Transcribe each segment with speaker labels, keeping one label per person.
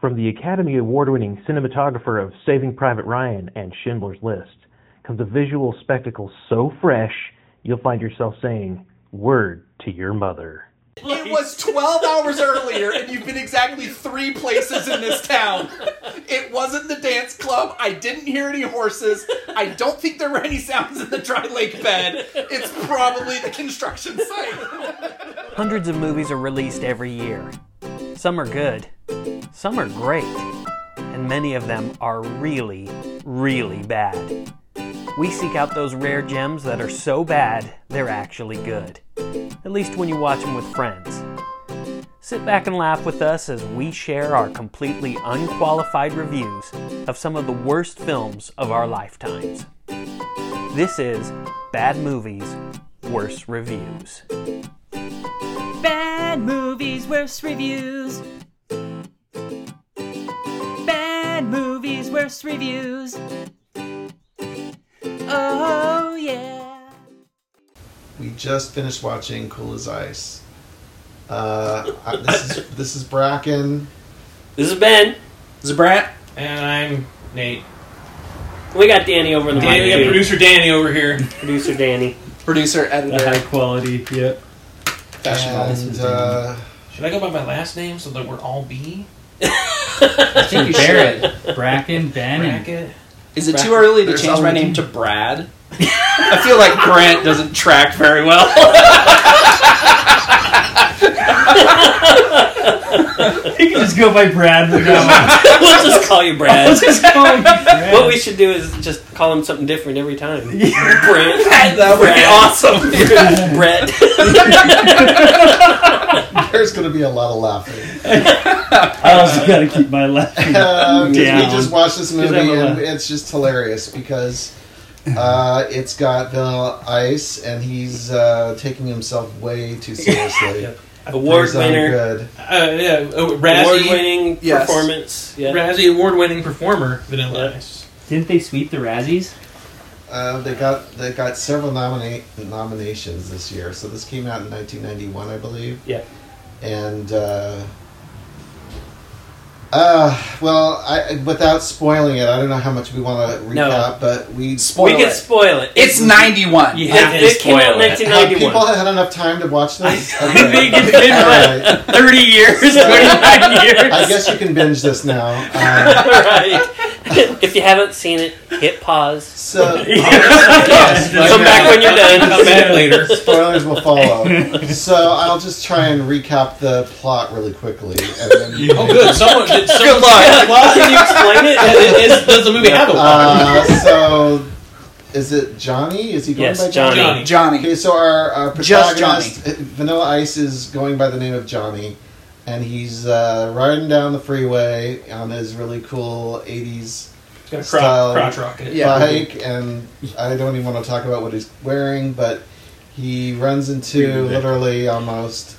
Speaker 1: From the Academy Award winning cinematographer of Saving Private Ryan and Schindler's List comes a visual spectacle so fresh you'll find yourself saying, Word to your mother.
Speaker 2: It was 12 hours earlier, and you've been exactly three places in this town. It wasn't the dance club. I didn't hear any horses. I don't think there were any sounds in the dry lake bed. It's probably the construction site.
Speaker 3: Hundreds of movies are released every year. Some are good, some are great, and many of them are really, really bad. We seek out those rare gems that are so bad they're actually good, at least when you watch them with friends. Sit back and laugh with us as we share our completely unqualified reviews of some of the worst films of our lifetimes. This is Bad Movies, Worse Reviews.
Speaker 4: Bad movies, worse reviews. Bad movies, worse reviews. Oh, yeah.
Speaker 5: We just finished watching Cool as Ice. Uh, I- this is this is Bracken.
Speaker 6: This is Ben.
Speaker 7: Zabrat. And I'm Nate.
Speaker 6: We got Danny over in the
Speaker 7: Danny,
Speaker 6: mic,
Speaker 7: we got
Speaker 6: too.
Speaker 7: producer Danny over here.
Speaker 6: producer Danny.
Speaker 2: Producer, editor,
Speaker 7: quality. Yep.
Speaker 5: And uh,
Speaker 7: Should I go by my last name so that we're all B?
Speaker 8: I think you should. Bracken, Ben, and
Speaker 7: Bracket.
Speaker 2: Is it too early to
Speaker 5: There's
Speaker 2: change my
Speaker 5: only-
Speaker 2: name to Brad? I feel like Grant doesn't track very well.
Speaker 8: you can just go by Brad. for now.
Speaker 6: we'll just call you Brad.
Speaker 8: Just call me Brad.
Speaker 6: What we should do is just call him something different every time. Brent.
Speaker 2: that would be awesome.
Speaker 5: there's going to be a lot of laughing.
Speaker 8: I also got to keep my laughing.
Speaker 5: Um, 'cause
Speaker 8: Down.
Speaker 5: we just watched this
Speaker 8: I'm
Speaker 5: movie
Speaker 8: a-
Speaker 5: and it's just hilarious because uh, it's got Vanilla Ice and he's uh, taking himself way too seriously.
Speaker 6: Award
Speaker 5: He's not
Speaker 6: winner.
Speaker 5: Good.
Speaker 7: Uh, yeah. oh,
Speaker 6: Award
Speaker 7: Razzie.
Speaker 6: winning
Speaker 2: Yes.
Speaker 6: performance. Yeah.
Speaker 7: Razzie award winning performer, Vanilla
Speaker 6: Yeah.
Speaker 7: Ice.
Speaker 8: Didn't they sweep the Razzies?
Speaker 5: Uh, they got they got several nomina- nominations this year. So this came out in 1991, I believe.
Speaker 6: Yeah.
Speaker 5: And uh, uh, well, I without spoiling it, I don't know how much we want to recap,
Speaker 6: No.
Speaker 5: but we
Speaker 6: we
Speaker 2: Spoil
Speaker 6: can
Speaker 2: it.
Speaker 6: spoil it.
Speaker 2: It's 91.
Speaker 6: You have to it came out in
Speaker 5: have people
Speaker 6: 1991.
Speaker 5: had enough time to watch this.
Speaker 6: think it's been
Speaker 5: All
Speaker 6: like-
Speaker 5: right.
Speaker 6: 30 years, 39 years.
Speaker 5: I guess you can binge this now. Uh,
Speaker 6: right. If you haven't seen it, hit pause.
Speaker 5: so
Speaker 7: Yes,
Speaker 6: Come back when you're done.
Speaker 7: Come back later.
Speaker 5: spoilers will follow. So I'll just try and recap the plot really quickly. And then
Speaker 7: Oh, good. Someone did. Someone, good
Speaker 6: Well, can you explain it?
Speaker 7: Is, does the movie have a plot?
Speaker 5: Uh, so, is it Johnny? Is he going
Speaker 6: Yes,
Speaker 5: by
Speaker 6: Johnny.
Speaker 7: Johnny.
Speaker 2: Johnny.
Speaker 5: Okay, so our, our
Speaker 2: Just
Speaker 5: protagonist, uh, Vanilla Ice, is going by the name of Johnny, and he's uh, riding down the freeway on his really cool '80s
Speaker 7: It's got a
Speaker 5: Style.
Speaker 7: crotch, crotch rocket.
Speaker 2: Yeah.
Speaker 5: bike, and I don't even want to talk about what he's wearing, but he runs into literally almost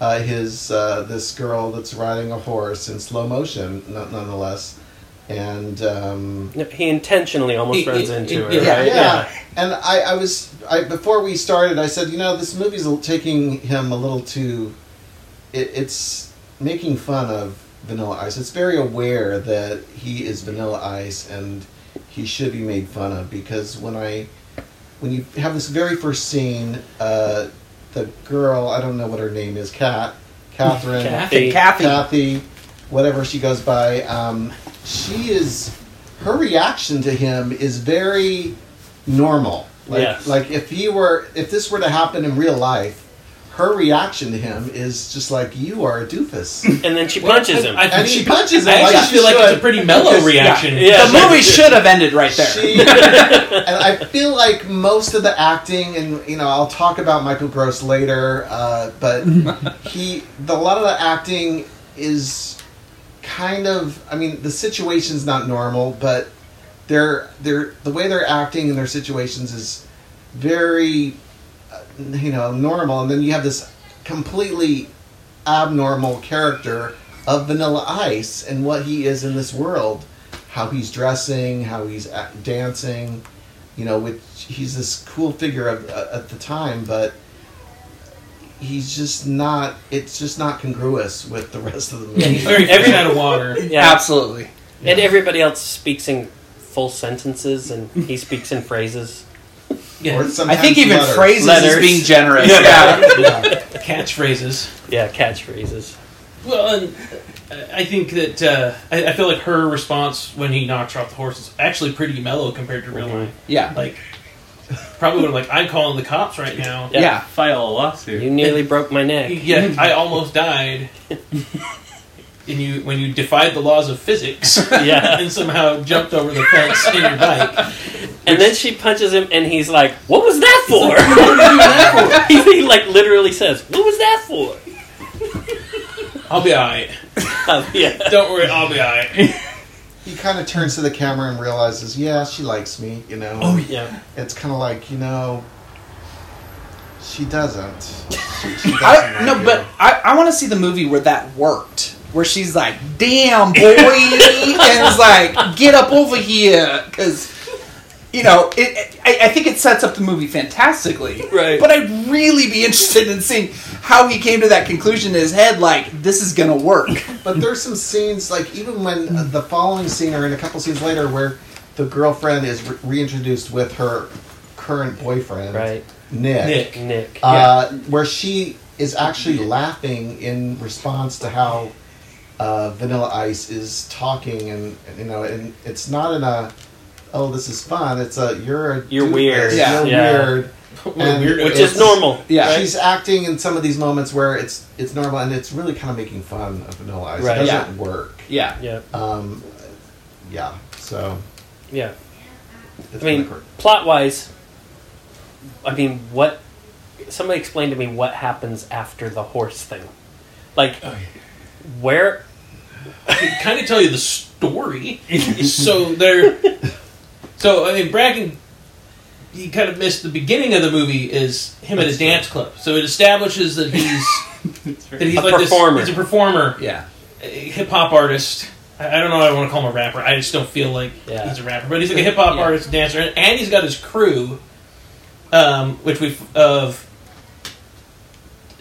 Speaker 5: uh, his uh, this girl that's riding a horse in slow motion, no- nonetheless, and. Um,
Speaker 6: No, He intentionally almost
Speaker 7: He-
Speaker 6: runs
Speaker 7: he-
Speaker 6: into
Speaker 7: he-
Speaker 6: her.
Speaker 7: yeah.
Speaker 6: right?
Speaker 5: yeah. And I, I was I before we started, I said, you know, this movie's l- taking him a little too. It, it's making fun of Vanilla Ice. It's very aware that he is Vanilla Ice and he should be made fun of because when I when you have this very first scene, uh, the girl I don't know what her name is, Cat, Catherine,
Speaker 6: Kathy.
Speaker 2: Kathy.
Speaker 5: Kathy, whatever she goes by, um, she is her reaction to him is very normal. Like,
Speaker 6: Yes.
Speaker 5: like if he were if this were to happen in real life, her reaction to him is just like you are a doofus,
Speaker 6: And then she punches him.
Speaker 7: I, I
Speaker 5: and
Speaker 7: think-
Speaker 5: she punches him.
Speaker 7: I actually
Speaker 5: like she
Speaker 7: feel like it's a
Speaker 5: should.
Speaker 7: pretty mellow
Speaker 5: Because-
Speaker 7: reaction.
Speaker 6: Yeah. Yeah.
Speaker 2: The movie should have ended right there.
Speaker 5: She, and I feel like most of the acting, and you know, I'll talk about Michael Gross later, uh, but he, the, a lot of the acting is kind of, I mean, the situation's not normal, but they're, they're, the way they're acting in their situations is very, uh, you know, normal, and then you have this completely abnormal character of Vanilla Ice and what he is in this world, how he's dressing, how he's a- dancing, you know, which he's this cool figure of, uh, at the time, but he's just not. It's just not congruous with the rest of the
Speaker 9: Yeah,
Speaker 5: movie.
Speaker 9: he's
Speaker 7: Very
Speaker 9: very
Speaker 7: fish out of water.
Speaker 6: Yeah.
Speaker 10: Absolutely.
Speaker 6: And everybody else speaks in full sentences, and he speaks in phrases.
Speaker 7: Yeah.
Speaker 10: I think even phrases
Speaker 6: Letters.
Speaker 10: is being generous.
Speaker 6: Yeah.
Speaker 7: Catchphrases.
Speaker 6: Yeah, catchphrases.
Speaker 7: Well, and I- I think that uh, I, I feel like her response when he knocks her off the horse is actually pretty mellow compared to real
Speaker 6: Mhm.
Speaker 7: life.
Speaker 10: Yeah.
Speaker 7: Like, probably would have like, I'm calling the cops right now.
Speaker 6: Yeah.
Speaker 10: Yeah.
Speaker 8: File a lawsuit.
Speaker 6: You nearly broke my neck.
Speaker 7: Yeah, I almost died. And you, when you defied the laws of physics,
Speaker 6: Yeah.
Speaker 7: and somehow jumped over the fence in your bike,
Speaker 6: And then she punches him, and he's like, "What was that for?" he, he, like literally says, "What was that for?"
Speaker 7: I'll be alright.
Speaker 6: Um, yeah.
Speaker 7: Don't worry, I'll be alright.
Speaker 5: He kind of turns to the camera and realizes, yeah, she likes me. You know.
Speaker 7: Oh,
Speaker 6: Yeah.
Speaker 5: It's kind of like you know. She doesn't. She, she doesn't
Speaker 10: I, no,
Speaker 5: like
Speaker 10: but
Speaker 5: you.
Speaker 10: I, I want to see the movie where that worked. Where she's like, damn, boy. and is like, get up over here. Because, you know, it, it- I, I think it sets up the movie fantastically.
Speaker 6: Right.
Speaker 10: But I'd really be interested in seeing how he came to that conclusion in his head, like, this is going to work.
Speaker 5: But there's some scenes, like even when uh, the following scene or in a couple scenes later, where the girlfriend is re- reintroduced with her current boyfriend,
Speaker 6: Right.
Speaker 5: Nick,
Speaker 7: Nick.
Speaker 6: Nick.
Speaker 5: Uh, where she is actually laughing in response to how uh, Vanilla Ice is talking, and you know, and it's not in a oh this is fun. It's a you're a
Speaker 6: You're
Speaker 5: doofus,
Speaker 6: weird.
Speaker 10: Yeah.
Speaker 5: you're
Speaker 6: Yeah.
Speaker 5: weird,
Speaker 7: What a
Speaker 5: And
Speaker 7: weirdo.
Speaker 6: Which is normal.
Speaker 10: Yeah.
Speaker 6: right?
Speaker 5: She's acting in some of these moments where it's it's normal and it's really kind of making fun of Vanilla Ice.
Speaker 6: Right.
Speaker 5: It doesn't work.
Speaker 10: Yeah.
Speaker 6: Yeah.
Speaker 5: Um, yeah. So
Speaker 6: Yeah.
Speaker 5: it's
Speaker 6: I mean,
Speaker 5: kinda cr-
Speaker 6: plot wise, I mean, what? Somebody explain to me what happens after the horse thing. Like, where?
Speaker 7: can kind of tell you the story. so they're so I mean Bracken. He kind of missed the beginning of the movie is him at his dance club. So it establishes that he's that he's
Speaker 6: A
Speaker 7: like
Speaker 6: performer.
Speaker 7: This, he's a performer,
Speaker 10: Yeah.
Speaker 7: hip hop artist. I I don't know. I want to call him a rapper. I just don't feel like
Speaker 6: Yeah.
Speaker 7: he's a rapper, but he's like a hip hop
Speaker 6: Yeah.
Speaker 7: artist, dancer, and, and he's got his crew, um, which we have of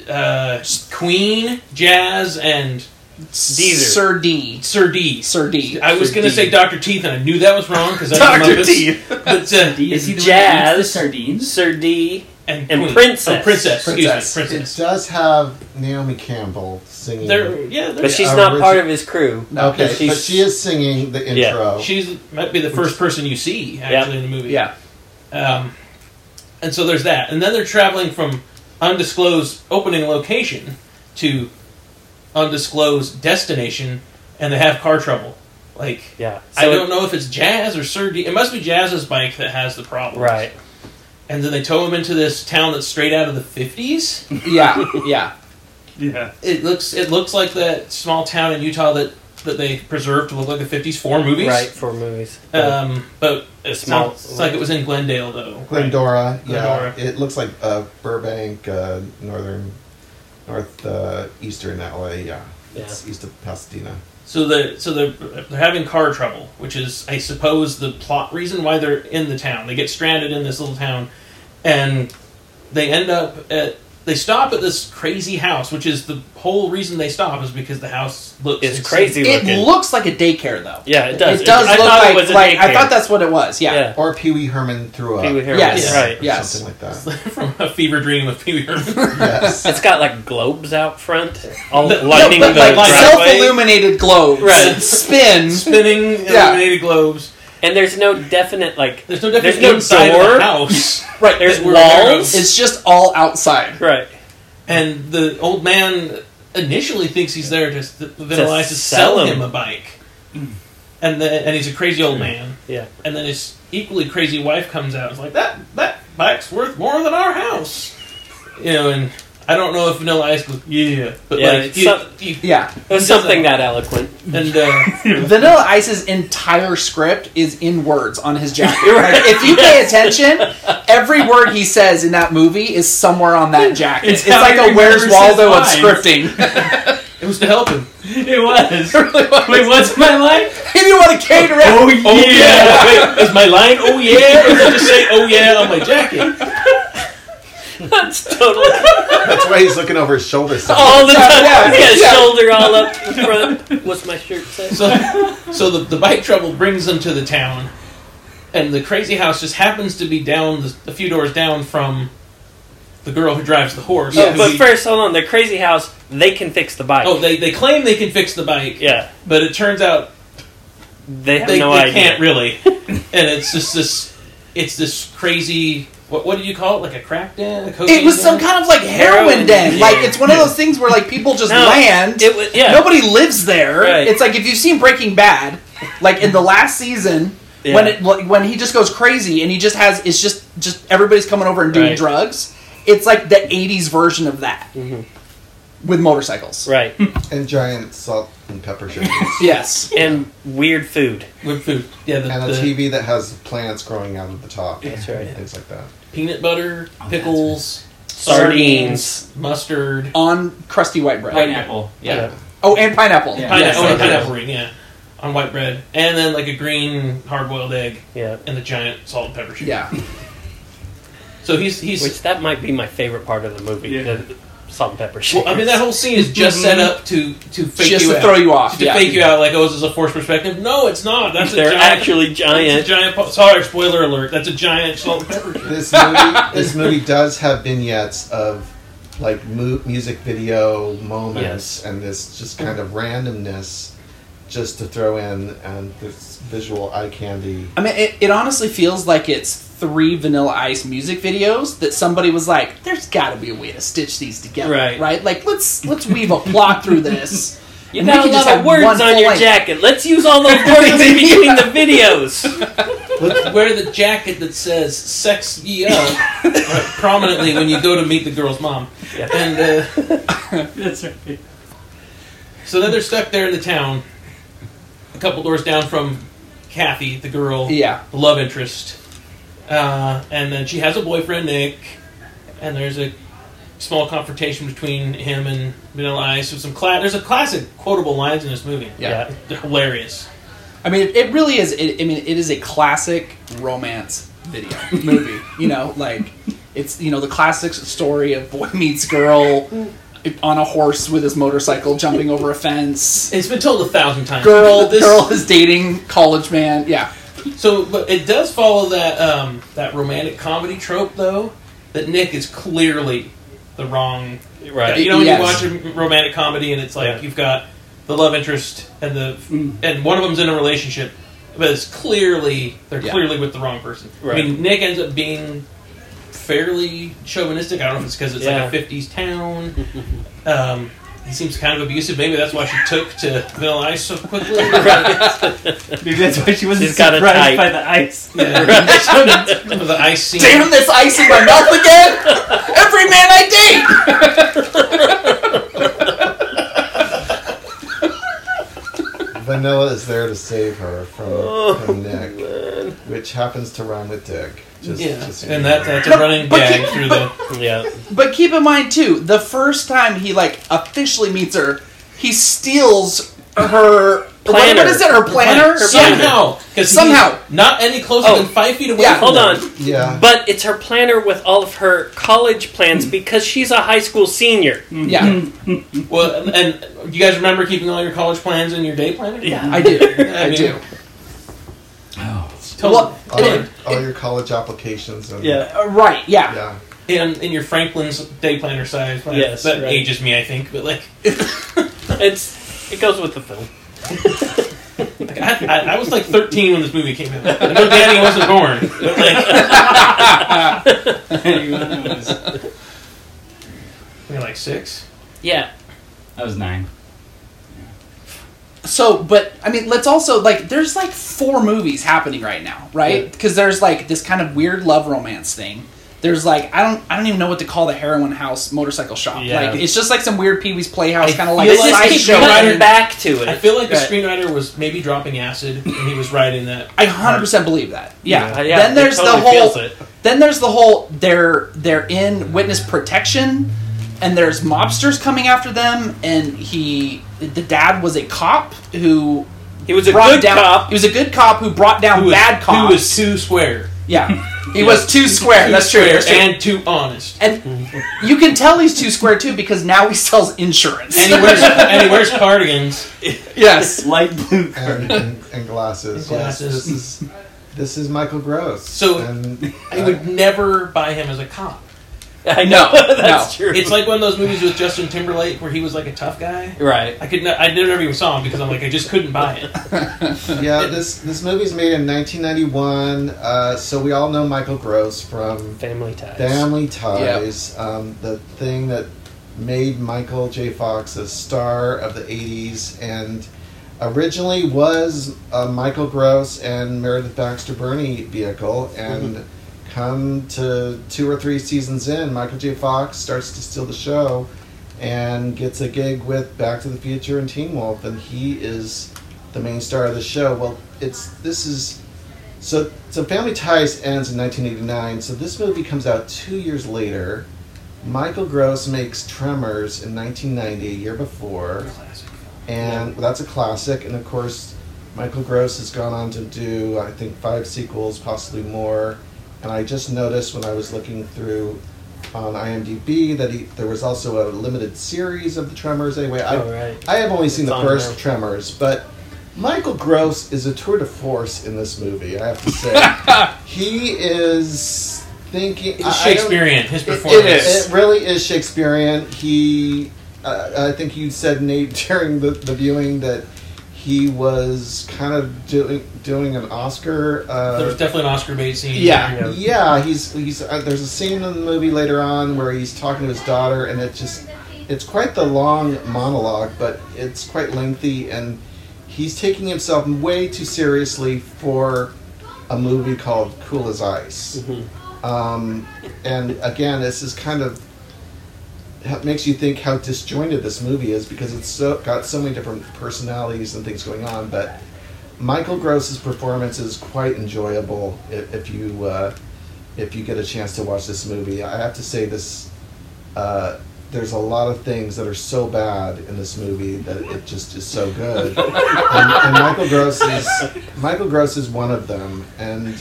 Speaker 7: uh, Queen, Jazz, and
Speaker 6: Deezer.
Speaker 10: Sir D.
Speaker 7: Sir D.
Speaker 10: Sir D.
Speaker 7: I was going to say Dr. Teeth, and I knew that was wrong because
Speaker 10: Dr.
Speaker 7: Dr.
Speaker 10: D.
Speaker 7: Teeth. But,
Speaker 9: Is
Speaker 7: uh,
Speaker 9: he the one that eats the
Speaker 6: Jazz.
Speaker 9: sardines?
Speaker 6: Sir D.
Speaker 7: and,
Speaker 6: And
Speaker 7: Queen.
Speaker 6: Princess.
Speaker 7: Oh, princess. Excuse
Speaker 10: Princess.
Speaker 7: me.
Speaker 5: it
Speaker 7: Princess.
Speaker 5: does have Naomi Campbell singing.
Speaker 7: They're, yeah, they're,
Speaker 6: But she's
Speaker 5: uh,
Speaker 6: not part
Speaker 5: Richard-
Speaker 6: of his crew.
Speaker 5: okay,
Speaker 6: But she's-
Speaker 5: but she is singing the
Speaker 6: Yeah.
Speaker 5: intro.
Speaker 10: Oh.
Speaker 7: she's might be the first person you see actually in the movie.
Speaker 10: Yeah.
Speaker 7: Um, and so there's that, and then they're traveling from undisclosed opening location to undisclosed destination, and they have car trouble. Like
Speaker 6: Yeah.
Speaker 7: I don't know if it's Jazz or Sir D. It must be Jazz's bike that has the problem,
Speaker 6: Right.
Speaker 7: And then they tow him into this town that's straight out of the fifties.
Speaker 10: Yeah. Yeah.
Speaker 8: Yeah.
Speaker 7: it looks it looks like that small town in Utah that that they preserved to look like the fifties for movies.
Speaker 6: Right for movies.
Speaker 7: Um, but it
Speaker 6: Small-
Speaker 7: sounds like it was in Glendale though.
Speaker 5: Glendora, yeah,
Speaker 7: Glendora.
Speaker 5: it looks like uh, Burbank, uh, northern, north uh, eastern that way. Yeah,
Speaker 6: Yeah.
Speaker 5: it's east of Pasadena.
Speaker 7: So the so they're, they're having car trouble, which is I suppose the plot reason why they're in the town. They get stranded in this little town, and they end up at they stop at this crazy house, which is the whole reason they stop is because the house looks
Speaker 6: It's crazy
Speaker 10: It
Speaker 6: looking.
Speaker 10: looks like a daycare, though.
Speaker 6: yeah, it does.
Speaker 10: It does
Speaker 6: I
Speaker 10: look
Speaker 6: thought
Speaker 10: like,
Speaker 6: it was a
Speaker 10: like I
Speaker 6: daycare.
Speaker 10: thought that's what it was. Yeah.
Speaker 6: Yeah.
Speaker 5: Or Pee Wee Herman threw up.
Speaker 6: Pee Wee Herman.
Speaker 10: Yes.
Speaker 6: Right.
Speaker 5: or
Speaker 10: Yes.
Speaker 5: something like that.
Speaker 7: from a fever dream of Pee Wee Herman.
Speaker 5: yes.
Speaker 6: It's got like globes out front, all
Speaker 7: The-
Speaker 6: lighting
Speaker 7: no, but,
Speaker 6: the
Speaker 7: like, like,
Speaker 6: driveway.
Speaker 10: Self illuminated globes
Speaker 6: Right.
Speaker 10: and spin.
Speaker 7: spinning
Speaker 10: Yeah.
Speaker 7: illuminated globes.
Speaker 6: and there's no definite like.
Speaker 7: There's no difference
Speaker 6: There's no
Speaker 7: inside of
Speaker 6: door.
Speaker 7: the house.
Speaker 6: Right. There's
Speaker 7: We're aware of.
Speaker 6: walls.
Speaker 10: It's just all outside.
Speaker 6: Right.
Speaker 7: And the old man initially thinks he's there just to Vanilla to
Speaker 6: sell
Speaker 7: sell
Speaker 6: him. Hmm.
Speaker 7: him a bike. And the, and he's a crazy old man.
Speaker 6: Yeah.
Speaker 7: And then his equally crazy wife comes out and is like, That that bike's worth more than our house You know, and I don't know if Vanilla Ice goes, Yeah. But
Speaker 6: Yeah,
Speaker 7: like
Speaker 6: it's
Speaker 7: you,
Speaker 6: some-
Speaker 7: you-
Speaker 10: Yeah.
Speaker 6: It was
Speaker 7: He doesn't-
Speaker 6: something that eloquent.
Speaker 7: and uh,
Speaker 10: Vanilla Ice's entire script is in words on his jacket. If you pay attention, every word he says in that movie is somewhere on that jacket. It's,
Speaker 8: It's how
Speaker 10: like
Speaker 8: he
Speaker 10: a Where's
Speaker 8: remembers
Speaker 10: Waldo of
Speaker 8: his
Speaker 10: scripting.
Speaker 7: it was to help him.
Speaker 8: It was. Wait, what's my life?
Speaker 10: if you want to cater it,
Speaker 8: Oh yeah.
Speaker 7: Wait, is my line oh yeah? Or does it just say oh yeah on my jacket?
Speaker 6: That's totally
Speaker 5: That's why he's looking over his shoulder. so-
Speaker 6: all the time.
Speaker 10: yeah,
Speaker 6: He's got his
Speaker 10: yeah.
Speaker 6: shoulder all up in front. What's my shirt say?
Speaker 7: So, so the, the bike trouble brings them to the town, and the crazy house just happens to be down the, a few doors down from the girl who drives the horse.
Speaker 6: Oh,
Speaker 7: who
Speaker 6: but
Speaker 7: we-
Speaker 6: first, hold on. The crazy house. They can fix the bike.
Speaker 7: oh, they they claim they can fix the bike,
Speaker 6: yeah.
Speaker 7: but it turns out
Speaker 6: They have
Speaker 7: they,
Speaker 6: no
Speaker 7: they
Speaker 6: idea.
Speaker 7: can't really. and it's just this, it's this crazy. What what do you call it? Like a crack den? A
Speaker 10: It
Speaker 7: cocaine
Speaker 10: was some
Speaker 7: den?
Speaker 10: kind of like heroin
Speaker 6: Heroin
Speaker 10: den.
Speaker 6: den.
Speaker 10: Like it's one of those things where like people just
Speaker 6: No,
Speaker 10: land.
Speaker 6: It was yeah.
Speaker 10: Nobody lives there.
Speaker 6: Right.
Speaker 10: It's like if you've seen Breaking Bad, like in the last season
Speaker 6: Yeah.
Speaker 10: when it like, when he just goes crazy and he just has it's just just everybody's coming over and doing
Speaker 6: Right.
Speaker 10: drugs. It's like the '80s version of that with motorcycles.
Speaker 6: right.
Speaker 5: And giant salt and pepper shakers.
Speaker 10: Yes.
Speaker 6: And weird food.
Speaker 7: with food. Yeah, the,
Speaker 5: and a
Speaker 7: the
Speaker 5: TV that has plants growing out of the top.
Speaker 6: That's right.
Speaker 5: and Things like that.
Speaker 7: peanut
Speaker 6: Oh,
Speaker 7: butter, pickles,
Speaker 6: Sardines.
Speaker 7: mustard,
Speaker 10: On crusty white bread.
Speaker 8: Pineapple.
Speaker 7: Yeah.
Speaker 10: Oh, and pineapple.
Speaker 8: Yeah.
Speaker 7: Pine-
Speaker 6: Yes,
Speaker 7: oh,
Speaker 6: I
Speaker 7: and
Speaker 6: do.
Speaker 7: pineapple ring, yeah, on white bread, and then like a green hard boiled egg.
Speaker 6: Yeah.
Speaker 7: and the giant salt and pepper shaker.
Speaker 10: Yeah.
Speaker 7: So he's he's.
Speaker 6: Which that might be my favorite part of the movie.
Speaker 8: Yeah.
Speaker 6: The salt and pepper shakers.
Speaker 7: well, I mean, that whole scene is just set up to to fake
Speaker 10: Just
Speaker 7: you
Speaker 10: to
Speaker 7: out.
Speaker 10: throw you off.
Speaker 7: to
Speaker 10: yeah.
Speaker 7: fake you out, like oh, is this a forced perspective? No, it's not. That's a
Speaker 6: They're
Speaker 7: giant,
Speaker 6: actually
Speaker 7: That's a
Speaker 6: giant.
Speaker 7: giant. po- Sorry, spoiler alert. That's a giant salt and pepper. shaker.
Speaker 5: This movie, this movie does have vignettes of like mu- music video moments
Speaker 6: Yes.
Speaker 5: and this just kind of randomness, just to throw in and this visual eye candy.
Speaker 10: I mean, it, it honestly feels like it's three Vanilla Ice music videos that somebody was like, "There's got to be a way to stitch these together,
Speaker 6: Right.
Speaker 10: Right? Like, let's let's weave a plot through this.
Speaker 6: You
Speaker 10: And
Speaker 6: got
Speaker 10: we can
Speaker 6: a
Speaker 10: just
Speaker 6: lot of
Speaker 10: have
Speaker 6: words
Speaker 10: one
Speaker 6: on your
Speaker 10: point.
Speaker 6: jacket. Let's use all those words in between the videos.
Speaker 7: Wear the jacket that says "sex ye up" uh, prominently when you go to meet the girl's mom.
Speaker 6: Yeah.
Speaker 7: And uh,
Speaker 8: That's right.
Speaker 7: so then they're stuck there in the town, a couple doors down from Kathy, the girl.
Speaker 10: Yeah,
Speaker 7: the love interest. Uh, and then she has a boyfriend, Nick, and there's a small confrontation between him and Vanilla Ice with some cla- There's a classic quotable lines in this movie.
Speaker 10: Yeah.
Speaker 7: They're hilarious.
Speaker 10: I mean, it, it really is. It, I mean, it is a classic romance video movie. You know, like it's you know the classic story of boy meets girl on a horse with his motorcycle jumping over a fence.
Speaker 7: It's been told a thousand times.
Speaker 10: Girl,
Speaker 7: This-
Speaker 10: girl is dating college man. Yeah,
Speaker 7: So, but it does follow that um, that romantic comedy trope, though, that Nick is clearly the wrong
Speaker 6: Right.
Speaker 7: You know, when
Speaker 10: Yes.
Speaker 7: you watch a romantic comedy and it's like
Speaker 6: Yeah.
Speaker 7: you've got the love interest and the
Speaker 8: Mm.
Speaker 7: and one of them's in a relationship, but it's clearly they're
Speaker 10: Yeah.
Speaker 7: clearly with the wrong person. I
Speaker 6: Right.
Speaker 7: mean, Nick ends up being fairly chauvinistic. I don't know if it's because it's
Speaker 6: Yeah.
Speaker 7: like a '50s town. um, he seems kind of abusive. Maybe that's why she took to Vanilla Ice so quickly.
Speaker 8: Maybe that's why she wasn't
Speaker 6: She's got a type.
Speaker 8: surprised by the ice.
Speaker 7: the ice scene.
Speaker 10: damn this ice in my mouth again. Every man I date.
Speaker 5: Vanilla is there to save her from,
Speaker 6: Oh,
Speaker 5: from Nick, which happens to rhyme with Dick. Just,
Speaker 7: Yeah,
Speaker 5: just-
Speaker 7: and that, that's a
Speaker 10: But-
Speaker 7: running
Speaker 10: but
Speaker 7: gag
Speaker 10: keep-
Speaker 7: through
Speaker 10: but-
Speaker 7: the.
Speaker 6: Yeah.
Speaker 10: But keep in mind too, the first time he like officially meets her, he steals her
Speaker 6: Planner.
Speaker 10: What is it? Her planner? Her planner.
Speaker 7: somehow, because
Speaker 10: Somehow.
Speaker 7: not any closer
Speaker 6: Oh.
Speaker 7: than five feet away.
Speaker 10: Yeah.
Speaker 6: Hold
Speaker 7: from them.
Speaker 6: on.
Speaker 5: yeah.
Speaker 6: But it's her planner with all of her college plans because she's a high school senior.
Speaker 10: Yeah,
Speaker 7: Well, and and you guys remember keeping all your college plans in your day planner?
Speaker 6: Yeah.
Speaker 10: I do.
Speaker 7: I
Speaker 10: I
Speaker 7: mean,
Speaker 10: do.
Speaker 7: Totally.
Speaker 10: Well,
Speaker 5: all, your, all your college applications and
Speaker 6: Yeah.
Speaker 10: uh, right. Yeah.
Speaker 5: yeah.
Speaker 7: in, in your Franklin's day planner size. planner.
Speaker 6: Yes,
Speaker 7: that
Speaker 6: right.
Speaker 7: ages me, I think. But like,
Speaker 6: It's it goes with the film.
Speaker 7: I, I, I was like 13 when this movie came out. I know Danny wasn't born, but like,
Speaker 8: I
Speaker 7: we were like six.
Speaker 6: Yeah.
Speaker 8: was nine.
Speaker 10: So, but I mean, let's also like, there's like four movies happening right now, right? Because there's like this kind of weird love romance thing. There's like I don't I don't even know what to call the heroin house motorcycle shop.
Speaker 6: Yeah.
Speaker 10: Like it's just like some weird Pee Wee's Playhouse
Speaker 7: I
Speaker 10: kind of like
Speaker 7: feel
Speaker 6: They
Speaker 7: like-
Speaker 6: just keep
Speaker 10: sideshow.
Speaker 6: cutting
Speaker 7: Right.
Speaker 6: back to
Speaker 7: I
Speaker 6: it.
Speaker 7: feel like the
Speaker 10: Right.
Speaker 7: screenwriter was maybe dropping acid, and he was writing that.
Speaker 10: I hundred percent believe that. Yeah.
Speaker 6: Yeah,
Speaker 10: then
Speaker 6: it
Speaker 10: there's
Speaker 6: totally
Speaker 10: the whole.
Speaker 6: feels it.
Speaker 10: Then there's the whole. They're they're in witness protection, and there's mobsters coming after them. And he, the dad was a cop who
Speaker 6: He was a
Speaker 10: brought
Speaker 6: good
Speaker 10: down.
Speaker 6: cop.
Speaker 10: He was a good cop who brought down
Speaker 7: Who was,
Speaker 10: bad cops.
Speaker 7: Who was too square?
Speaker 10: Yeah, he was too square. That's true. That's true.
Speaker 7: and too honest.
Speaker 10: And you can tell he's too square too because now he sells insurance.
Speaker 7: And he wears and he wears cardigans.
Speaker 10: yes.
Speaker 11: Light blue.
Speaker 5: and, and, and glasses. Yes,
Speaker 7: Glasses.
Speaker 5: this is this is Michael Gross.
Speaker 7: So,
Speaker 5: and,
Speaker 7: I would never buy him as a cop.
Speaker 6: I
Speaker 10: No,
Speaker 6: know that's true.
Speaker 7: It's like one of those movies with Justin Timberlake where he was like a tough guy.
Speaker 6: right.
Speaker 7: I could ne- I never even saw him because I'm like I just couldn't buy it.
Speaker 5: yeah, this this movie's made in 1991. Uh, so we all know Michael Gross from
Speaker 6: Family ties.
Speaker 5: Family Ties, um, the thing that made Michael J. Fox a star of the 80s and originally was a Michael Gross and Meredith Baxter Burney vehicle. And come to two or three seasons in, Michael J. Fox starts to steal the show and gets a gig with Back to the Future and Teen Wolf, and he is the main star of the show. Well, it's this is. So, so Family Ties ends in 1989. So this movie comes out two years later. Michael Gross makes Tremors in 1990, a year before, and well, that's a classic. And of course, Michael Gross has gone on to do I think five sequels, possibly more. And I just noticed when I was looking through on IMDb that he, there was also a limited series of the Tremors. Anyway, I,
Speaker 6: Oh, right.
Speaker 5: I have only seen
Speaker 6: It's
Speaker 5: the
Speaker 6: on
Speaker 5: first
Speaker 6: there.
Speaker 5: Tremors, but Michael Gross is a tour de force in this movie. I have to say, he is thinking I-
Speaker 7: It's
Speaker 5: I don't-
Speaker 7: Shakespearean. His
Speaker 5: it- It,
Speaker 7: performance.
Speaker 5: is. it really is Shakespearean. He, uh, I think you said Nate during the, the viewing that he was kind of doing doing an Oscar.
Speaker 7: There's
Speaker 5: Uh,
Speaker 7: definitely an Oscar bait scene.
Speaker 10: Yeah.
Speaker 5: yeah, he's he's. Uh, there's a scene in the movie later on where he's talking to his daughter, and it just it's quite the long monologue, but it's quite lengthy, and he's taking himself way too seriously for a movie called Cool as Ice. Um, and again, this is kind of it makes you think how disjointed this movie is because it's so got so many different personalities and things going on. But Michael Gross's performance is quite enjoyable if, if you uh, if you get a chance to watch this movie. I have to say this. Uh, there's a lot of things that are so bad in this movie that it just is so good, and, and Michael Gross is Michael Gross is one of them, and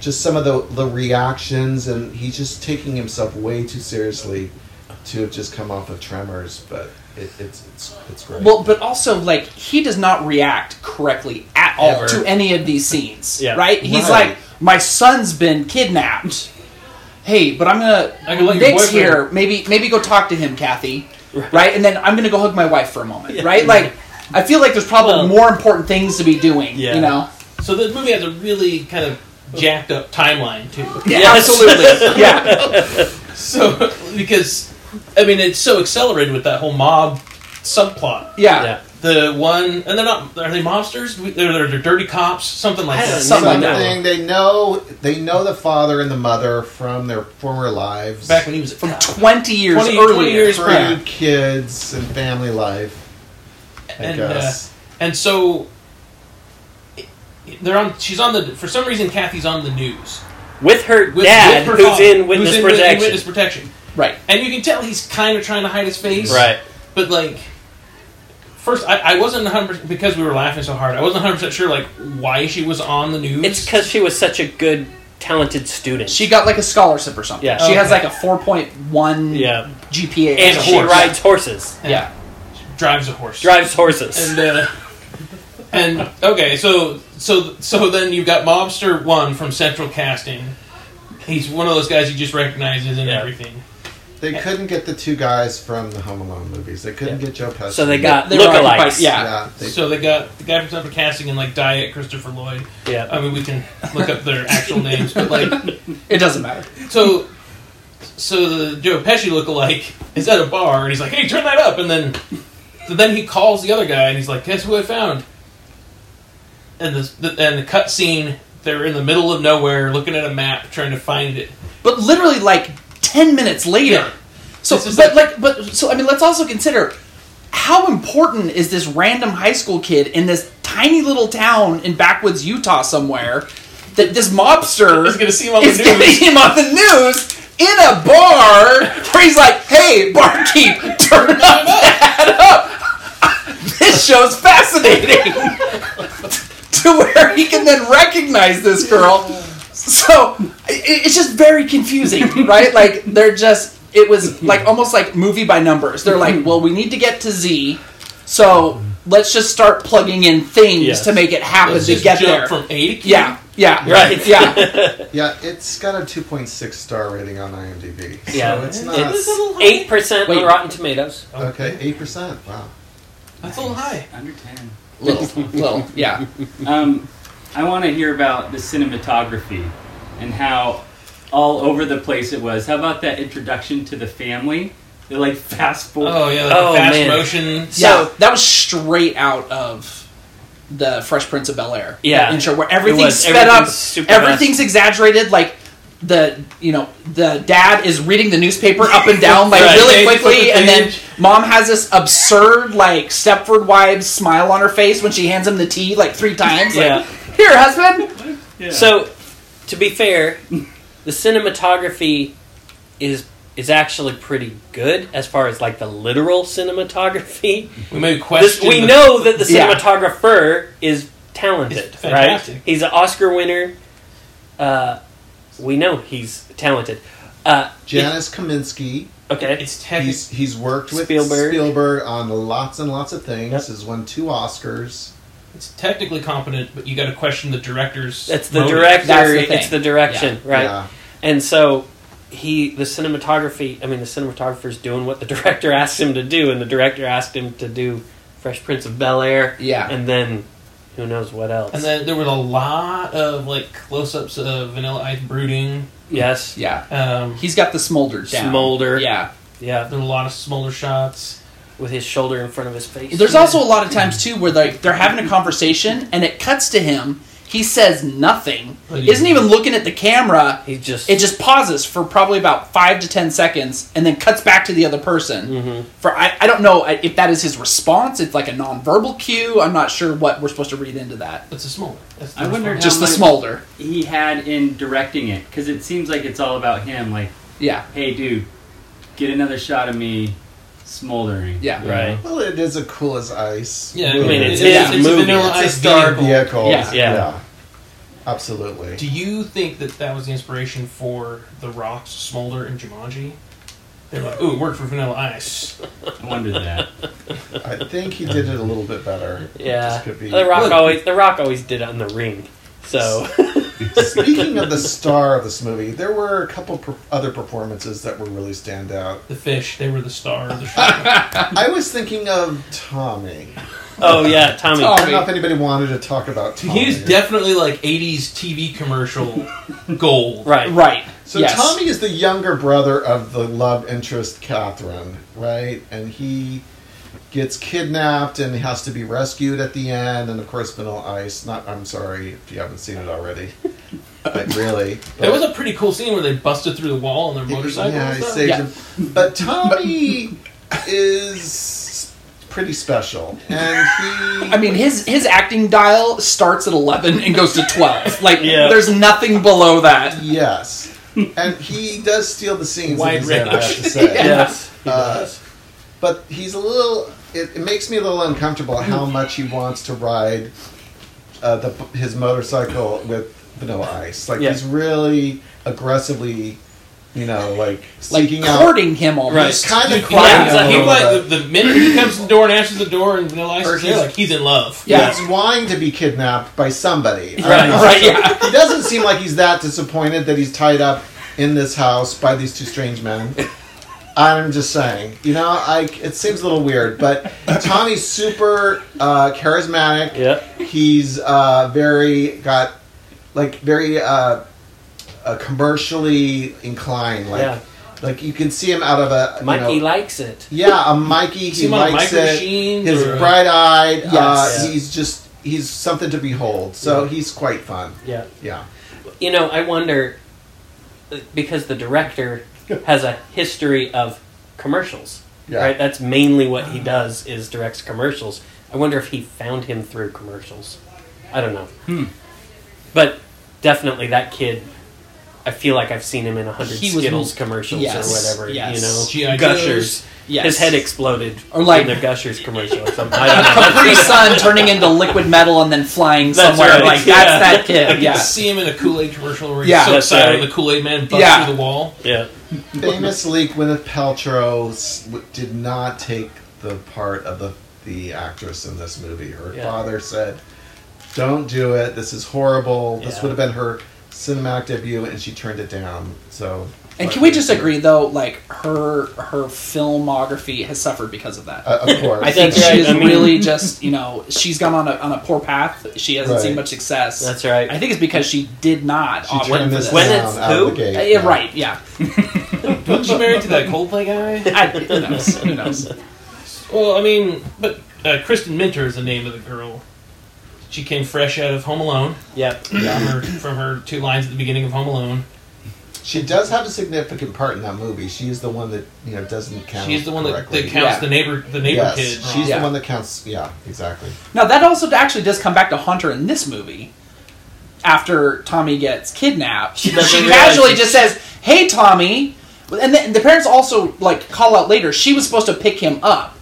Speaker 5: just some of the the reactions, and he's just taking himself way too seriously to have just come off of Tremors, but it, it's it's it's great.
Speaker 10: Well, but also like he does not react correctly at all
Speaker 6: Ever.
Speaker 10: to any of these scenes.
Speaker 6: Yeah.
Speaker 10: Right? He's
Speaker 5: Right.
Speaker 10: like, my son's been kidnapped. Hey, but I'm gonna.
Speaker 7: I can let your
Speaker 10: Nick's
Speaker 7: boyfriend-
Speaker 10: here. Maybe maybe go talk to him, Kathy. Right. And then I'm gonna go hug my wife for a moment. Right? Like, I feel like there's probably
Speaker 6: Well-
Speaker 10: more important things to be doing.
Speaker 6: Yeah.
Speaker 10: You know.
Speaker 7: So the movie has a really kind of jacked up timeline too.
Speaker 10: Yeah,
Speaker 6: Yes.
Speaker 10: absolutely. Yeah.
Speaker 7: So because I mean it's so accelerated with that whole mob subplot.
Speaker 10: Yeah.
Speaker 6: Yeah.
Speaker 7: The one and they're not are they mobsters? They're, they're, they're dirty cops, something like
Speaker 6: I
Speaker 7: that.
Speaker 6: don't
Speaker 10: Something
Speaker 6: know.
Speaker 5: Something they know they know the father and the mother from their former lives,
Speaker 7: Back when he was a
Speaker 10: From
Speaker 7: cop.
Speaker 10: 20 years
Speaker 7: 20
Speaker 10: earlier.
Speaker 7: 20 years
Speaker 5: free
Speaker 7: prior.
Speaker 5: kids and family life. I
Speaker 7: And, uh,
Speaker 5: guess
Speaker 7: And so they're on. She's on the. For some reason, Kathy's on the news
Speaker 6: With her
Speaker 7: with,
Speaker 6: dad,
Speaker 7: with her
Speaker 6: who's
Speaker 7: father,
Speaker 6: in witness
Speaker 7: who's in wit-
Speaker 6: protection.
Speaker 7: Witness protection.
Speaker 10: Right.
Speaker 7: And you can tell he's kind of trying to hide his face.
Speaker 6: Right.
Speaker 7: But like, first I, I wasn't 100 percent because we were laughing so hard. I wasn't 100 percent sure like why she was on the news.
Speaker 6: It's because she was such a good, talented student.
Speaker 10: She got like a scholarship or something.
Speaker 6: Yeah.
Speaker 10: She has
Speaker 7: Okay.
Speaker 10: like a 4.1
Speaker 6: yeah,
Speaker 10: GPA. as
Speaker 6: and
Speaker 10: a
Speaker 6: she
Speaker 10: horse.
Speaker 6: rides horses,
Speaker 10: Yeah.
Speaker 7: drives a horse.
Speaker 6: drives horses.
Speaker 7: and uh, and okay, so so so then you've got mobster one from Central Casting. He's one of those guys you just recognizes in
Speaker 6: Yeah.
Speaker 7: everything.
Speaker 5: they couldn't get the two guys from the Home Alone movies. They couldn't get Joe Pesci.
Speaker 6: so they got
Speaker 10: They were occupied-
Speaker 6: lookalikes.
Speaker 10: yeah.
Speaker 5: yeah. They,
Speaker 7: So they got the guy from Central Casting and like Diet Christopher Lloyd.
Speaker 6: yeah.
Speaker 7: I mean, we can look up their actual names, but like,
Speaker 10: It doesn't matter.
Speaker 7: so, so the Joe Pesci lookalike is at a bar, and he's like, "Hey, turn that up!" And then, so then he calls the other guy, and he's like, "Guess who I found?" And the, the and the cut scene, they're in the middle of nowhere, looking at a map, trying to find it.
Speaker 10: But literally like 10 minutes later.
Speaker 7: Yeah.
Speaker 10: So
Speaker 7: This is
Speaker 10: but like but so I mean let's also consider how important is this random high school kid in this tiny little town in backwoods Utah somewhere that this mobster
Speaker 7: He's gonna see him on the
Speaker 10: is getting
Speaker 7: news.
Speaker 10: him on the news in a bar where he's like, "Hey, barkeep, turn up that up." This show's fascinating. to where he can then recognize this girl. so i- i it's just very confusing, right? Like they're just it was like almost like movie by numbers. They're like, well, we need to get to Z, so let's just start plugging in things
Speaker 7: Yes.
Speaker 10: to make it happen
Speaker 7: Let's
Speaker 10: to
Speaker 7: just
Speaker 10: get
Speaker 7: jump
Speaker 10: there.
Speaker 7: from A to Q.
Speaker 10: yeah, yeah,
Speaker 6: Right.
Speaker 10: yeah.
Speaker 5: Yeah, it's got a 2.6 star rating on IMDb.
Speaker 6: Yeah,
Speaker 5: so it's not
Speaker 6: it's eight percent on
Speaker 10: Wait.
Speaker 6: Rotten Tomatoes.
Speaker 5: okay. Eight percent. Wow.
Speaker 7: That's a little high.
Speaker 12: Under 10.
Speaker 10: little, little, yeah.
Speaker 12: Um, I want to hear about the cinematography and how all over the place it was. How about that introduction to the family? They're like fast forward.
Speaker 7: Oh yeah,
Speaker 6: Oh,
Speaker 7: fast
Speaker 6: man.
Speaker 7: motion.
Speaker 10: So that was straight out of the Fresh Prince of Bel Air.
Speaker 6: Yeah.
Speaker 10: intro where
Speaker 6: It
Speaker 10: everything's
Speaker 6: was.
Speaker 10: sped
Speaker 6: Everything's
Speaker 10: up,
Speaker 6: super
Speaker 10: everything's exaggerated. Like the you know the dad is reading the newspaper up and down like
Speaker 6: Right.
Speaker 10: really
Speaker 6: Page
Speaker 10: quickly,
Speaker 6: for
Speaker 10: and then
Speaker 6: page.
Speaker 10: mom has this absurd like Stepford Wives smile on her face when she hands him the tea like three times. Like,
Speaker 6: Yeah.
Speaker 10: here, husband.
Speaker 12: Yeah.
Speaker 6: So, to be fair, the cinematography is is actually pretty good as far as like the literal cinematography.
Speaker 7: We may
Speaker 6: This,
Speaker 7: question.
Speaker 6: we
Speaker 7: the-
Speaker 6: know that the
Speaker 10: Yeah.
Speaker 6: cinematographer is talented,
Speaker 7: He's
Speaker 6: right?
Speaker 7: fantastic.
Speaker 6: He's an Oscar winner. Uh, we know he's talented. Uh,
Speaker 5: Janice Kaminsky.
Speaker 6: okay.
Speaker 7: It's technically
Speaker 5: He's he's worked with
Speaker 6: Spielberg.
Speaker 5: Spielberg on lots and lots of things. Has won two Oscars.
Speaker 7: it's technically competent, but you got to question the director's.
Speaker 6: It's the
Speaker 7: motive.
Speaker 6: director.
Speaker 10: That's the thing.
Speaker 6: it's the direction, right?
Speaker 5: Yeah.
Speaker 6: And so he, the cinematography, I mean, the cinematographer's doing what the director asked him to do, and the director asked him to do Fresh Prince of Bel Air,
Speaker 10: Yeah.
Speaker 6: and then who knows what else.
Speaker 7: And then there was a lot of like close-ups of Vanilla Ice brooding.
Speaker 6: yes,
Speaker 10: Yeah,
Speaker 7: Um,
Speaker 10: he's got the smolder down.
Speaker 6: Smolder,
Speaker 10: Yeah.
Speaker 6: yeah,
Speaker 7: there were a lot of smaller shots.
Speaker 6: with his shoulder in front of his face.
Speaker 10: There's also a lot of times too where like they're having a conversation and it cuts to him. He says nothing. Isn't even looking at the camera.
Speaker 6: he just
Speaker 10: It just pauses for probably about five to ten seconds and then cuts back to the other person.
Speaker 6: Mm-hmm.
Speaker 10: For I, I don't know if that is his response. It's like a nonverbal cue. I'm not sure what we're supposed to read into that.
Speaker 7: That's a smaller. That's the
Speaker 12: I wonder
Speaker 7: response.
Speaker 10: Just
Speaker 12: how
Speaker 10: the
Speaker 12: much
Speaker 10: smolder.
Speaker 12: he had in directing it because it seems like it's all about him. Like,
Speaker 10: Yeah.
Speaker 12: hey, dude, get another shot of me smoldering.
Speaker 10: Yeah.
Speaker 6: right.
Speaker 5: Well, it is as cool as ice.
Speaker 7: Yeah, I
Speaker 5: Really.
Speaker 6: mean, it's
Speaker 7: it is-
Speaker 6: his
Speaker 7: it's a
Speaker 6: movie.
Speaker 7: Vanilla
Speaker 5: It's a
Speaker 7: Ice
Speaker 5: star
Speaker 7: vehicle.
Speaker 5: vehicle.
Speaker 10: Yeah.
Speaker 6: Yeah.
Speaker 5: Absolutely.
Speaker 7: Do you think that that was the inspiration for The Rock's Smolder and Jumanji? They're like, ooh, it worked for Vanilla Ice.
Speaker 12: I wondered that.
Speaker 5: I think he did it a little bit better.
Speaker 6: yeah.
Speaker 5: This could be-
Speaker 6: The Rock
Speaker 7: Look.
Speaker 6: always the Rock always did it on the ring. So
Speaker 5: Speaking of the star of this movie, there were a couple per- other performances that were really stand out.
Speaker 7: The fish, they were the star of the show.
Speaker 5: I was thinking of Tommy.
Speaker 6: oh yeah, Tommy.
Speaker 5: I don't know if anybody wanted to talk about Tommy.
Speaker 7: he was definitely like 80s TV commercial gold.
Speaker 6: Right.
Speaker 10: Right.
Speaker 5: so
Speaker 10: yes.
Speaker 5: Tommy is the younger brother of the love interest Catherine, right? And he gets kidnapped and has to be rescued at the end. And of course, Vanilla Ice. Not, I'm sorry if you haven't seen it already, but really,
Speaker 7: That was a pretty cool scene where they busted through the wall on their motorcycle.
Speaker 5: Yeah,
Speaker 7: and
Speaker 5: he
Speaker 7: stuff.
Speaker 5: saved
Speaker 10: Yeah.
Speaker 5: him. But Tommy is pretty special, and he.
Speaker 10: I mean, his his acting dial starts at 11 and goes to 12. Like,
Speaker 6: Yeah.
Speaker 10: there's nothing below that.
Speaker 5: yes, and he does steal the scenes.
Speaker 7: Wide
Speaker 5: Wide range, I have to
Speaker 7: range.
Speaker 5: say.
Speaker 6: Yes.
Speaker 5: Uh, but he's a little. It, it makes me a little uncomfortable how much he wants to ride uh, the, his motorcycle with Vanilla Ice. Like
Speaker 6: Yeah.
Speaker 5: he's really aggressively, you know, like
Speaker 10: Like,
Speaker 5: seeking out.
Speaker 10: courting him almost.
Speaker 5: Kind of
Speaker 7: Yeah,
Speaker 5: crying.
Speaker 7: it's
Speaker 5: a
Speaker 7: like, he
Speaker 5: little bit.
Speaker 7: like the, the minute he comes to the door and answers the door and Vanilla Ice
Speaker 5: Or
Speaker 7: is there,
Speaker 5: he's-
Speaker 7: like he's in love.
Speaker 10: Yeah.
Speaker 5: He's wanting to be kidnapped by somebody. I
Speaker 6: Right,
Speaker 5: don't know.
Speaker 10: right, yeah.
Speaker 5: He doesn't seem like he's that disappointed that he's tied up in this house by these two strange men. I'm just saying, you know, I it seems a little weird, but Tommy's super uh, charismatic.
Speaker 6: Yeah.
Speaker 5: He's uh, very got like very uh, uh, commercially inclined. Like
Speaker 6: Yeah.
Speaker 5: like you can see him out of a you
Speaker 6: Mikey
Speaker 5: know-
Speaker 6: likes it.
Speaker 5: yeah, a Mikey. He
Speaker 7: him on a
Speaker 5: likes
Speaker 7: micro
Speaker 5: it.
Speaker 7: machine
Speaker 5: He's
Speaker 7: or uh, a-
Speaker 5: bright eyed.
Speaker 10: Yes.
Speaker 5: Uh, he's just he's something to behold. So he's quite fun.
Speaker 6: Yeah.
Speaker 5: Yeah.
Speaker 6: You know, I wonder uh, because the director has a history of commercials,
Speaker 5: Yeah.
Speaker 6: right? That's mainly what he does is directs commercials. I wonder if he found him through
Speaker 10: Hmm.
Speaker 6: commercials. I don't know, but definitely that kid I feel like I've seen him in a hundred
Speaker 10: He was-
Speaker 6: Skittles commercials
Speaker 10: yes,
Speaker 6: or whatever.
Speaker 10: yes.
Speaker 6: You
Speaker 7: G.I.
Speaker 6: know, Gushers.
Speaker 10: Yes.
Speaker 6: His head exploded
Speaker 10: Or like-
Speaker 6: in the Gushers commercial or something. I don't know.
Speaker 10: Capri Sun turning into liquid metal and then flying
Speaker 6: That's
Speaker 10: somewhere.
Speaker 6: right,
Speaker 10: Like
Speaker 6: yeah.
Speaker 10: that's that kid.
Speaker 7: You
Speaker 10: Yeah.
Speaker 7: see him in a Kool Aid commercial where he's
Speaker 10: Yeah,
Speaker 7: so
Speaker 6: that's
Speaker 7: excited
Speaker 6: right.
Speaker 7: when the Kool Aid Man busts
Speaker 10: Yeah.
Speaker 7: through the wall.
Speaker 6: Yeah.
Speaker 5: Famously, Gwyneth Paltrow s- w- did not take the part of the the actress in this movie. Her
Speaker 6: Yeah.
Speaker 5: father said, "Don't do it. This is horrible. This
Speaker 6: Yeah.
Speaker 5: would have been her cinematic debut, and she turned it down." So,
Speaker 10: And can we just agree though, like her her filmography has suffered because of that.
Speaker 5: Uh, of course,
Speaker 10: I think
Speaker 6: That's
Speaker 10: she
Speaker 6: right,
Speaker 10: is
Speaker 6: I mean-
Speaker 10: really just you know she's gone on a on a poor path. She hasn't seen
Speaker 5: Right.
Speaker 10: much success.
Speaker 6: That's right.
Speaker 10: I think it's because she did not.
Speaker 5: she
Speaker 10: opt
Speaker 5: turned
Speaker 10: for
Speaker 5: this
Speaker 6: when
Speaker 5: down
Speaker 6: it's
Speaker 5: out of
Speaker 6: who?
Speaker 5: the gate.
Speaker 10: Uh, yeah, right. Yeah.
Speaker 7: Wasn't she married to that Coldplay guy?
Speaker 10: I, who knows? Who knows?
Speaker 7: Well, I mean, but uh, Kristen Minter is the name of the girl. She came fresh out of Home Alone
Speaker 6: Yep.
Speaker 7: from, her, from her two lines at the beginning of Home Alone.
Speaker 5: She does have a significant part in that movie. She is the one that you know doesn't count.
Speaker 7: She's the one that,
Speaker 5: correctly.
Speaker 7: that counts
Speaker 10: Yeah.
Speaker 7: the neighbor the neighbor
Speaker 5: Yes,
Speaker 7: kid.
Speaker 5: she's
Speaker 10: Yeah.
Speaker 5: the one that counts. Yeah, exactly.
Speaker 10: Now that also actually does come back to haunt her in this movie. After Tommy gets kidnapped, she,
Speaker 6: doesn't realize
Speaker 10: casually
Speaker 6: it.
Speaker 10: just says, "Hey, Tommy," and then the parents also like call out later. She was supposed to pick him up,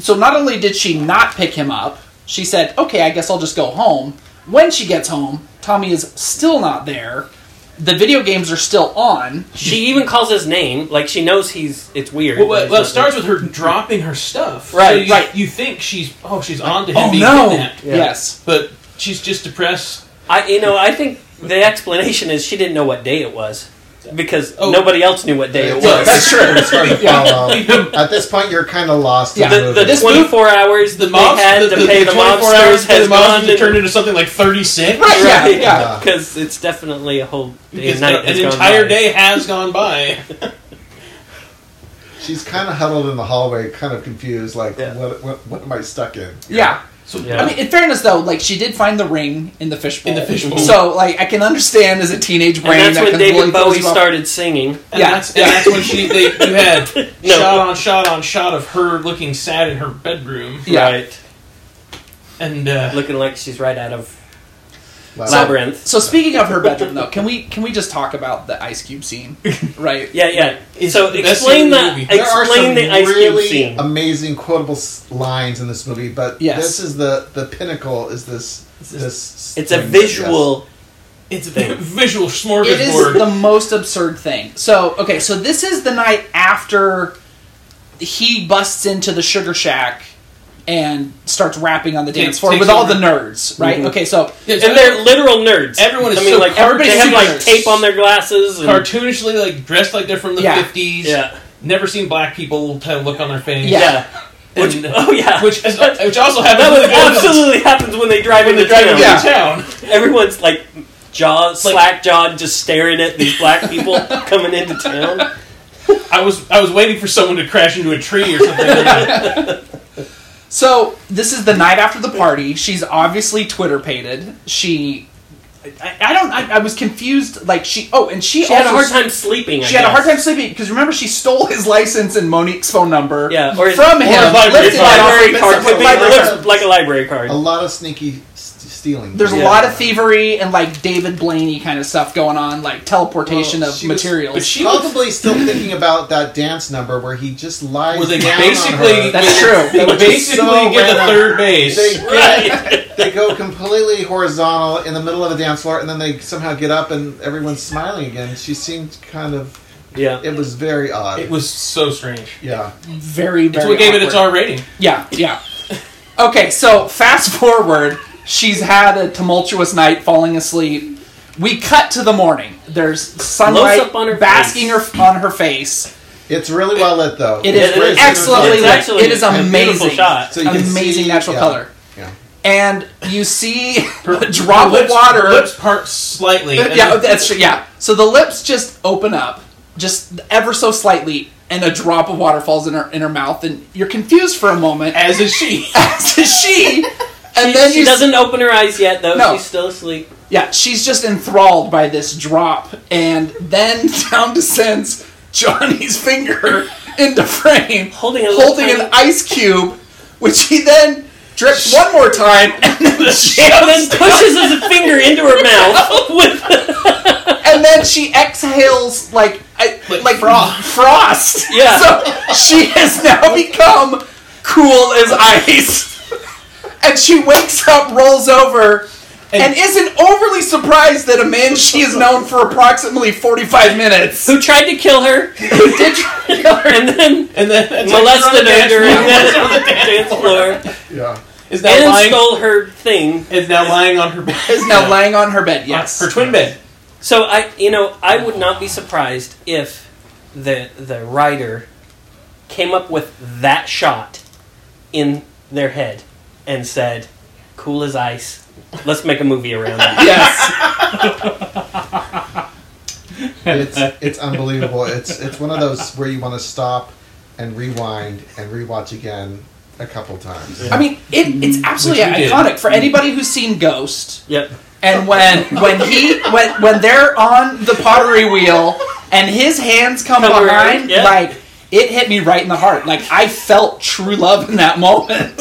Speaker 10: so not only did she not pick him up, she said, "Okay, I guess I'll just go home." When she gets home, Tommy is still not there. The video games are still on.
Speaker 6: She even calls his name. Like she knows he's. It's weird.
Speaker 7: Well, well,
Speaker 6: but
Speaker 7: well, it
Speaker 6: it's
Speaker 7: starts with her dropping her stuff.
Speaker 6: Right,
Speaker 7: So you,
Speaker 10: right.
Speaker 7: You think she's oh she's on to him being kidnapped,
Speaker 10: Yes.
Speaker 7: but she's just depressed.
Speaker 6: I you know I think the explanation is she didn't know what day it was because
Speaker 7: Oh.
Speaker 6: nobody else knew what day it
Speaker 5: Well,
Speaker 6: was.
Speaker 5: it's pretty hard to follow. um, At this point, you're kind of lost. in
Speaker 6: The, the
Speaker 5: movie.
Speaker 6: 24 hours that
Speaker 7: The mobs,
Speaker 6: they had
Speaker 7: the,
Speaker 6: to
Speaker 7: the-
Speaker 6: pay
Speaker 7: the
Speaker 6: the,
Speaker 7: 24 hours
Speaker 6: mobsters
Speaker 7: for the
Speaker 6: has
Speaker 7: mobs
Speaker 6: gone
Speaker 7: to turn into something like 36.
Speaker 10: Right. Yeah. Yeah.
Speaker 6: Right.
Speaker 5: Yeah.
Speaker 6: because it's definitely a whole day
Speaker 7: It's
Speaker 6: and night.
Speaker 7: not- an
Speaker 6: that's gone
Speaker 7: entire
Speaker 6: by.
Speaker 7: day has gone by.
Speaker 5: She's kind of huddled in the hallway, kind of confused, like,
Speaker 6: Yeah.
Speaker 5: what, what, what am I stuck in?
Speaker 10: Yeah.
Speaker 7: So
Speaker 6: Yeah.
Speaker 10: I mean, in fairness, though, like she did find the ring in the fishbowl.
Speaker 7: In the fishbowl.
Speaker 10: So, like, I can understand as a teenage brain.
Speaker 6: And that's
Speaker 10: that
Speaker 6: when
Speaker 10: can
Speaker 6: David
Speaker 10: really throws
Speaker 6: Bowie
Speaker 10: you off.
Speaker 6: started singing.
Speaker 7: And
Speaker 10: Yeah.
Speaker 7: that's, and that's when she they, you had
Speaker 6: No.
Speaker 7: shot on shot on shot of her looking sad in her bedroom,
Speaker 10: Yeah.
Speaker 6: Right.
Speaker 7: and uh,
Speaker 6: Looking like she's right out of
Speaker 5: Wow.
Speaker 6: Labyrinth.
Speaker 10: So, speaking of her bedroom, though, can we can we just talk about the Ice Cube scene? Right.
Speaker 6: Yeah, yeah.
Speaker 7: It's
Speaker 6: so
Speaker 7: the best
Speaker 6: explain
Speaker 7: scene in the
Speaker 6: that.
Speaker 7: movie.
Speaker 5: There are
Speaker 6: Explain
Speaker 5: some
Speaker 6: the ice
Speaker 5: really
Speaker 6: cube scene.
Speaker 5: amazing quotable s- lines in this movie, but
Speaker 10: Yes.
Speaker 5: this is the the pinnacle. Is this this?
Speaker 6: It's a
Speaker 5: thing,
Speaker 6: visual.
Speaker 7: it's a
Speaker 6: Thing.
Speaker 7: visual
Speaker 10: It is
Speaker 7: smorgasbord.
Speaker 10: the most absurd thing. So, okay, so this is the night after he busts into the Sugar Shack and starts rapping on the
Speaker 7: Takes-
Speaker 10: dance floor
Speaker 7: takes
Speaker 10: with all
Speaker 7: over. Mm-hmm.
Speaker 10: the nerds, right? Okay, so
Speaker 7: Yeah, so
Speaker 6: And they're literal nerds.
Speaker 7: Everyone is
Speaker 6: I mean,
Speaker 7: so
Speaker 6: like everybody they have
Speaker 10: cartoon-
Speaker 6: like tape on their glasses. And,
Speaker 7: cartoonishly like dressed like they're from the
Speaker 10: Yeah.
Speaker 7: fifties.
Speaker 6: Yeah.
Speaker 7: Never seen black people kind of look on their face.
Speaker 10: Yeah.
Speaker 7: And-
Speaker 6: Which, oh yeah.
Speaker 7: which is, which also
Speaker 6: that
Speaker 7: happens
Speaker 6: was
Speaker 7: in the Goonies.
Speaker 6: absolutely happens when they drive
Speaker 7: when
Speaker 6: into
Speaker 7: they're driving
Speaker 6: town.
Speaker 10: Yeah.
Speaker 7: into town.
Speaker 6: Everyone's like jaw
Speaker 7: Like-
Speaker 6: slack jawed, just staring at these black people coming into town.
Speaker 7: I was I was waiting for someone to crash into a tree or something.
Speaker 10: So this is the night after the party. She's obviously Twitter pated. She, I, I don't. I, I was confused. Like she. Oh, and she,
Speaker 6: She had a
Speaker 10: also-
Speaker 6: hard time sleeping. I
Speaker 10: She had a hard
Speaker 6: guess.
Speaker 10: time sleeping because remember she stole his license and Monique's phone number.
Speaker 6: Yeah, or his-
Speaker 10: from
Speaker 6: or
Speaker 10: him.
Speaker 6: his library
Speaker 10: lifted
Speaker 6: card.
Speaker 10: by off
Speaker 6: Library
Speaker 10: his
Speaker 6: card could be-
Speaker 10: library
Speaker 6: looks
Speaker 10: card.
Speaker 6: like a library card.
Speaker 5: Yes. A lot of sneaky st- stealing.
Speaker 10: There's a
Speaker 6: Yeah.
Speaker 10: lot of thievery and like David Blaney kind of stuff going on, like teleportation
Speaker 5: Well,
Speaker 10: of
Speaker 5: she was-
Speaker 10: materials.
Speaker 7: But she was
Speaker 5: Probably still thinking about that dance number where he just lies
Speaker 7: where they
Speaker 5: down
Speaker 7: basically
Speaker 5: on her.
Speaker 10: That's true.
Speaker 7: They
Speaker 5: Which is
Speaker 7: basically
Speaker 5: so
Speaker 7: get the
Speaker 5: random.
Speaker 7: third base.
Speaker 5: They, get-
Speaker 6: Right.
Speaker 5: they go completely horizontal in the middle of a dance floor, and then they somehow get up and everyone's smiling again. She seemed kind of.
Speaker 6: Yeah.
Speaker 5: It was very odd.
Speaker 7: it was so strange.
Speaker 5: yeah.
Speaker 10: very very.
Speaker 7: That's what gave it its
Speaker 10: awkward.
Speaker 7: R rating.
Speaker 10: Yeah, yeah. Okay, so fast forward, she's had a tumultuous night falling asleep. We cut to the morning. There's sunlight
Speaker 6: Close up on her
Speaker 10: basking
Speaker 6: face.
Speaker 10: her on her face.
Speaker 5: It's really well lit, though.
Speaker 10: It
Speaker 6: Yeah,
Speaker 10: is
Speaker 6: it is.
Speaker 10: excellently
Speaker 6: It's
Speaker 10: lit.
Speaker 6: actually
Speaker 10: it is
Speaker 6: a
Speaker 10: amazing.
Speaker 6: beautiful shot.
Speaker 5: So you can
Speaker 10: amazing
Speaker 5: see-
Speaker 10: natural
Speaker 5: yeah.
Speaker 10: color.
Speaker 5: Yeah.
Speaker 10: And you see a
Speaker 7: Her
Speaker 10: drop of
Speaker 7: lips-
Speaker 10: water.
Speaker 7: her Lips part slightly. and
Speaker 10: yeah, oh,
Speaker 7: the-
Speaker 10: that's true. Yeah. So the lips just open up, just ever so slightly, and a drop of water falls in her in her mouth, and you're confused for a moment
Speaker 7: as is she.
Speaker 10: as is she. And then
Speaker 6: She
Speaker 10: you s-
Speaker 6: doesn't open her eyes yet, though.
Speaker 10: No.
Speaker 6: She's still asleep.
Speaker 10: Yeah, she's just enthralled by this drop, and then down descends Johnny's finger into frame,
Speaker 6: Holding a little
Speaker 10: holding an
Speaker 6: tiny-
Speaker 10: ice cube, which he then drips one more time, and then,
Speaker 6: And
Speaker 10: shoves,
Speaker 6: then pushes his finger into her mouth with
Speaker 10: and and then she exhales like I, like frost. frost.
Speaker 6: Yeah.
Speaker 10: So she has now become cool as ice. And she wakes up, rolls over, and, isn't overly surprised that a man she has known for approximately 45 minutes
Speaker 6: Who tried to kill her?
Speaker 10: did try to kill her.
Speaker 6: and then
Speaker 7: And then and
Speaker 6: molested her during
Speaker 7: dance
Speaker 6: the,
Speaker 7: floor.
Speaker 6: the dance floor
Speaker 5: Yeah.
Speaker 7: Is now
Speaker 6: and
Speaker 7: lying
Speaker 6: stole her thing.
Speaker 7: is now lying on her bed.
Speaker 10: Is now laying on her bed, yes.
Speaker 7: Her twin bed.
Speaker 6: So I, you know, I would not be surprised if the the writer came up with that shot in their head and said, "Cool as ice. Let's make a movie around that."
Speaker 10: Yes.
Speaker 5: It's it's unbelievable. It's it's one of those where you want to stop and rewind and rewatch again a couple times.
Speaker 10: I mean, it, it's absolutely
Speaker 7: Which we did.
Speaker 10: iconic for anybody who's seen Ghost.
Speaker 6: yep.
Speaker 10: And when when he when when they're on the pottery wheel and his hands come
Speaker 6: Come around,
Speaker 10: behind,
Speaker 6: yeah.
Speaker 10: like it hit me right in the heart. Like I felt true love in that moment.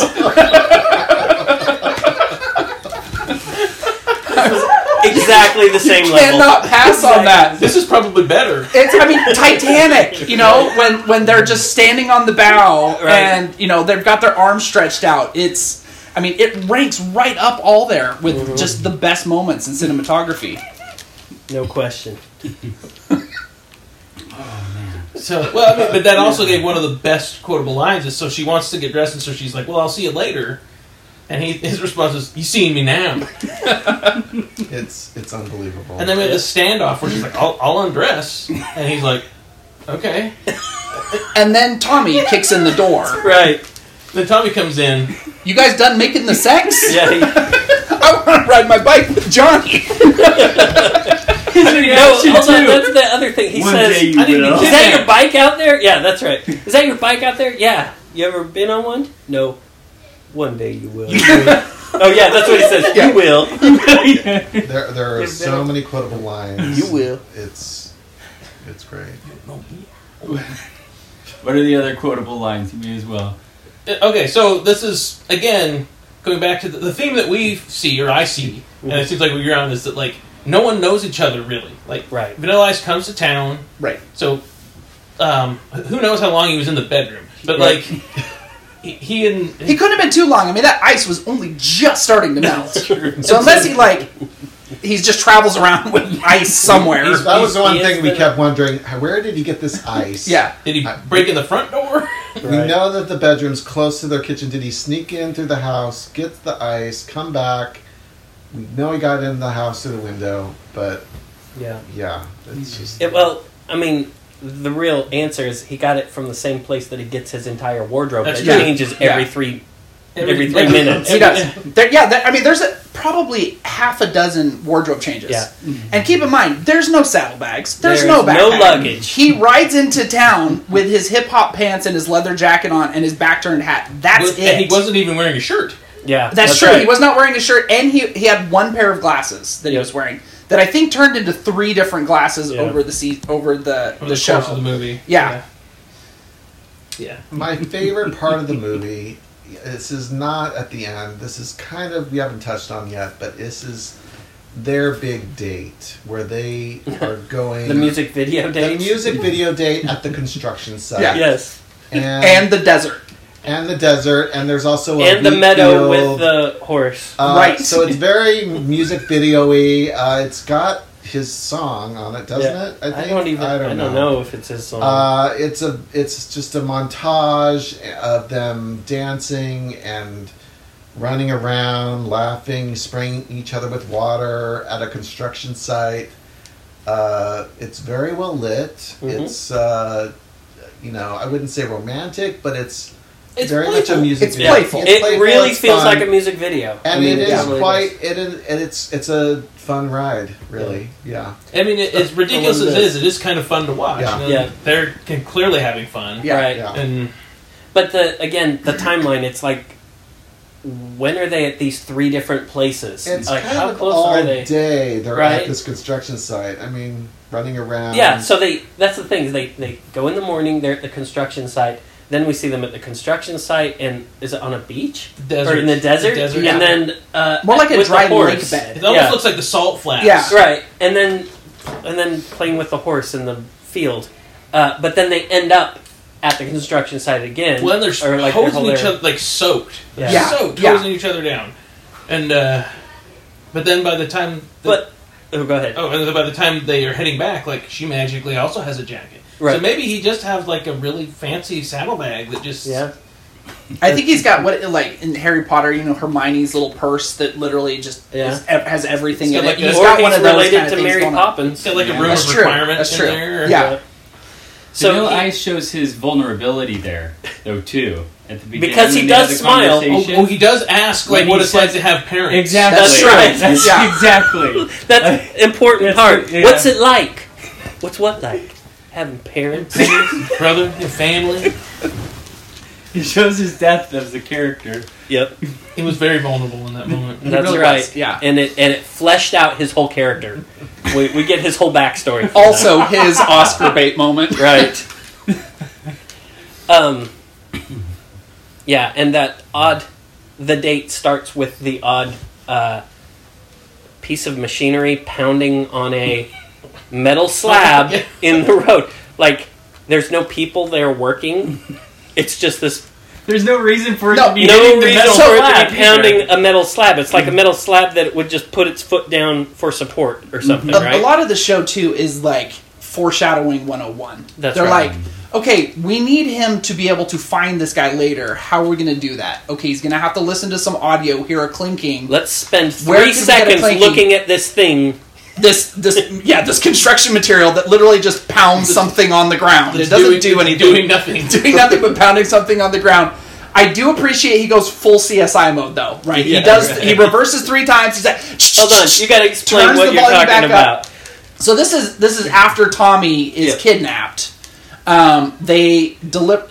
Speaker 6: Exactly the same level.
Speaker 10: Cannot pass on that.
Speaker 7: This is probably better.
Speaker 10: It's I mean Titanic, you know, when when they're just standing on the bow
Speaker 6: Right.
Speaker 10: and you know they've got their arms stretched out. It's I mean it ranks right up all there with
Speaker 6: Mm-hmm.
Speaker 10: just the best moments in cinematography.
Speaker 6: No question.
Speaker 7: So well, I mean, but that also gave one of the best quotable lines. Is so she wants to get dressed, and so she's like, "Well, I'll see you later." And he, his response is, "You seeing me now?"
Speaker 5: It's it's unbelievable.
Speaker 7: And then we had this standoff where she's like, "I'll, I'll undress," and he's like, "Okay."
Speaker 10: And then Tommy kicks in the door.
Speaker 6: Right.
Speaker 7: Then Tommy comes in.
Speaker 10: You guys done making the sex?
Speaker 6: Yeah. he-
Speaker 10: I want to ride my bike with Johnny.
Speaker 6: No, hold on. That's the other thing. He
Speaker 8: One
Speaker 6: says,
Speaker 8: day you
Speaker 6: I didn't
Speaker 8: will.
Speaker 6: even- "Is that your bike out there?" Yeah, that's right. Is that your bike out there? Yeah. You ever been on one? No. One day you will. oh yeah, that's what he says. You will.
Speaker 5: there there are so many quotable lines.
Speaker 10: You will.
Speaker 5: It's it's great.
Speaker 12: What are the other quotable lines? You may as well.
Speaker 7: Okay, so this is again going back to the, the theme that we see or I see, and it seems like we're on is that like no one knows each other really. Like
Speaker 6: Right.
Speaker 7: Vanilla Ice comes to town.
Speaker 10: Right.
Speaker 7: So, um, who knows how long he was in the bedroom? But
Speaker 6: Right.
Speaker 7: like, he, he and
Speaker 10: He couldn't have been too long. I mean, that ice was only just starting to melt. So unless he like, he just travels around with ice somewhere.
Speaker 5: That was the one
Speaker 6: he is
Speaker 5: thing we
Speaker 6: the-
Speaker 5: kept wondering: where did he get this ice?
Speaker 10: yeah,
Speaker 7: did he
Speaker 5: I-
Speaker 7: break in the front door?
Speaker 5: We know that the bedroom's close to their kitchen. Did he sneak in through the house, get the ice, come back? We know he got in the house through the window, but
Speaker 6: Yeah.
Speaker 5: yeah, it's just
Speaker 6: It- well, I mean, the real answer is he got it from the same place that he gets his entire wardrobe.
Speaker 7: That's
Speaker 6: that
Speaker 7: true.
Speaker 6: changes every
Speaker 10: Yeah.
Speaker 6: three every three minutes.
Speaker 10: he does. There, yeah, that, I mean, there's a, probably half a dozen wardrobe changes.
Speaker 6: Yeah.
Speaker 10: And keep in mind, there's no saddlebags. There's
Speaker 6: There
Speaker 10: no
Speaker 6: is no
Speaker 10: backpack.
Speaker 6: luggage.
Speaker 10: He rides into town with his hip hop pants and his leather jacket on and his back turned hat. That's
Speaker 7: Was-
Speaker 10: it.
Speaker 7: and he wasn't even wearing a shirt.
Speaker 6: Yeah,
Speaker 10: That's, true.
Speaker 6: right.
Speaker 10: He was not wearing a shirt, and he he had one pair of glasses that he was wearing that I think turned into three different glasses
Speaker 6: Yeah.
Speaker 10: over the se- over the
Speaker 7: Over
Speaker 10: the
Speaker 7: course
Speaker 10: show.
Speaker 7: of the movie.
Speaker 10: Yeah.
Speaker 7: Yeah.
Speaker 5: my favorite part of the movie. This is not at the end. This is kind of we haven't touched on yet, but this is their big date where they are going
Speaker 6: The music video
Speaker 5: the
Speaker 6: days.
Speaker 5: music video date at the construction site.
Speaker 10: Yeah.
Speaker 6: Yes,
Speaker 5: And,
Speaker 10: and the desert.
Speaker 5: and the desert, and there's also a
Speaker 6: and the
Speaker 5: wheat
Speaker 6: meadow
Speaker 5: field.
Speaker 6: with the horse.
Speaker 5: Uh,
Speaker 10: Right.
Speaker 5: So it's very music video-y. Uh, it's got his song on it, doesn't
Speaker 6: Yeah.
Speaker 5: it? I, think?
Speaker 6: don't even. I don't, know. if it's his song.
Speaker 5: Uh, it's a it's just a montage of them dancing and running around, laughing, spraying each other with water at a construction site. Uh, it's very well lit.
Speaker 6: Mm-hmm.
Speaker 5: It's uh, you know I wouldn't say romantic, but it's,
Speaker 7: It's
Speaker 5: very much a
Speaker 7: playful.
Speaker 5: music.
Speaker 10: It's
Speaker 5: video.
Speaker 10: playful.
Speaker 6: it
Speaker 5: playful,
Speaker 6: really
Speaker 5: it's
Speaker 6: feels
Speaker 5: fun.
Speaker 6: like a music video.
Speaker 5: And
Speaker 6: I mean,
Speaker 5: it
Speaker 6: yeah,
Speaker 5: is
Speaker 6: really
Speaker 5: quite it is, and it's it's a fun ride, really. Yeah.
Speaker 7: I mean, it, as ridiculous as it is, it is kind of fun to watch.
Speaker 5: Yeah.
Speaker 7: you know?
Speaker 6: Yeah.
Speaker 7: They're c- clearly having fun.
Speaker 10: Yeah.
Speaker 6: Right.
Speaker 5: Yeah.
Speaker 7: And
Speaker 6: But the again, the timeline. It's like, when are they at these three different places?
Speaker 5: It's
Speaker 6: like,
Speaker 5: kind
Speaker 6: how
Speaker 5: of
Speaker 6: close
Speaker 5: all
Speaker 6: are they?
Speaker 5: day they're
Speaker 6: Right.
Speaker 5: at this construction site. I mean, running around.
Speaker 6: Yeah, so they that's the thing, is they, they go in the morning, they're at the construction site, then we see them at the construction site and is it on a beach?
Speaker 7: desert.
Speaker 6: Or in the desert?
Speaker 7: desert.
Speaker 6: And then uh
Speaker 10: More like a
Speaker 6: with the
Speaker 10: dry lake
Speaker 6: horse.
Speaker 10: bed.
Speaker 7: It almost
Speaker 6: Yeah.
Speaker 7: looks like the salt flats.
Speaker 10: Yeah.
Speaker 6: Right. And then and then playing with the horse in the field. Uh, but then they end up at the construction site again.
Speaker 7: Well, then they're
Speaker 6: or, like, their
Speaker 7: hosing
Speaker 6: whole
Speaker 7: each
Speaker 6: area.
Speaker 7: other, like soaked. They're
Speaker 10: Yeah.
Speaker 7: soaked,
Speaker 10: Yeah.
Speaker 7: hosing each other down. And uh, but then by the time, the,
Speaker 6: But oh, go ahead.
Speaker 7: oh, and then by the time they are heading back, like she magically also has a jacket. So
Speaker 6: Right.
Speaker 7: maybe he just has like a really fancy saddlebag that just
Speaker 6: Yeah.
Speaker 10: I think he's got what like in Harry Potter, you know, Hermione's little purse that literally just
Speaker 6: Yeah.
Speaker 10: is, ev- has everything
Speaker 7: It's
Speaker 10: in
Speaker 7: got
Speaker 10: it.
Speaker 7: like a-
Speaker 10: he's
Speaker 7: or
Speaker 10: got
Speaker 6: he's
Speaker 10: one of those
Speaker 6: related
Speaker 10: kind of
Speaker 6: to
Speaker 10: things
Speaker 6: Mary
Speaker 10: going on.
Speaker 7: It's
Speaker 6: Poppins.
Speaker 7: got like a
Speaker 12: Yeah.
Speaker 7: room
Speaker 10: That's
Speaker 7: of
Speaker 10: true.
Speaker 7: requirement
Speaker 10: That's
Speaker 7: in
Speaker 10: true.
Speaker 7: there.
Speaker 10: Yeah.
Speaker 6: So
Speaker 12: Vanilla
Speaker 6: he-
Speaker 12: Ice shows his vulnerability there, though, too. At the beginning,
Speaker 6: Because he
Speaker 12: when they have
Speaker 6: does
Speaker 12: the
Speaker 6: smile.
Speaker 7: Oh,
Speaker 12: conversation.
Speaker 7: oh, he does ask like
Speaker 12: When
Speaker 7: what
Speaker 12: he
Speaker 7: it's like
Speaker 12: says-
Speaker 7: to have parents.
Speaker 12: Exactly.
Speaker 6: That's right.
Speaker 12: That's
Speaker 10: Yeah.
Speaker 12: exactly.
Speaker 6: That's the important
Speaker 12: That's
Speaker 6: part.
Speaker 12: the- yeah.
Speaker 6: What's it like? What's what like? Having parents.
Speaker 7: brother and family.
Speaker 12: He shows his death as a character.
Speaker 6: yep,
Speaker 7: He was very vulnerable in that moment.
Speaker 6: that's
Speaker 10: really
Speaker 6: right.
Speaker 10: was, yeah.
Speaker 6: and it and it fleshed out his whole character. we, we get his whole backstory. from
Speaker 10: Also, his Oscar bait moment.
Speaker 6: that. right. um. Yeah, and that odd. The date starts with the odd uh, piece of machinery pounding on a metal slab in the road. Like, there's no people there working. It's just this
Speaker 12: There's no reason for it
Speaker 10: No,
Speaker 12: to be hitting
Speaker 6: no
Speaker 12: the
Speaker 6: reason
Speaker 12: metal
Speaker 6: for it
Speaker 12: slab
Speaker 6: to
Speaker 12: either.
Speaker 6: be pounding a metal slab. It's like a metal slab that would just put its foot down for support or something,
Speaker 10: A, a
Speaker 6: right?
Speaker 10: lot Mm-hmm. of the show too is like foreshadowing 101.
Speaker 6: That's
Speaker 10: They're
Speaker 6: right.
Speaker 10: like, okay, we need him to be able to find this guy later. How are we going to do that? Okay, he's going to have to listen to some audio, hear a clinking.
Speaker 6: Let's spend
Speaker 10: Where did we get
Speaker 6: three
Speaker 10: a
Speaker 6: seconds
Speaker 10: planking?
Speaker 6: looking at this thing.
Speaker 10: this this yeah this construction material that literally just pounds something on the ground. It doesn't do anything.
Speaker 7: Doing nothing.
Speaker 10: doing nothing but pounding something on the ground. I do appreciate he goes full CSI mode though, right?
Speaker 7: Yeah,
Speaker 10: he does.
Speaker 7: right.
Speaker 10: He reverses three times. He's like,
Speaker 6: Hold on, you gotta explain
Speaker 10: Turns
Speaker 6: what
Speaker 10: the
Speaker 6: you're
Speaker 10: volume
Speaker 6: talking
Speaker 10: back
Speaker 6: about.
Speaker 10: up. So this is this is after Tommy is
Speaker 6: Yeah.
Speaker 10: kidnapped. Um, they deliver.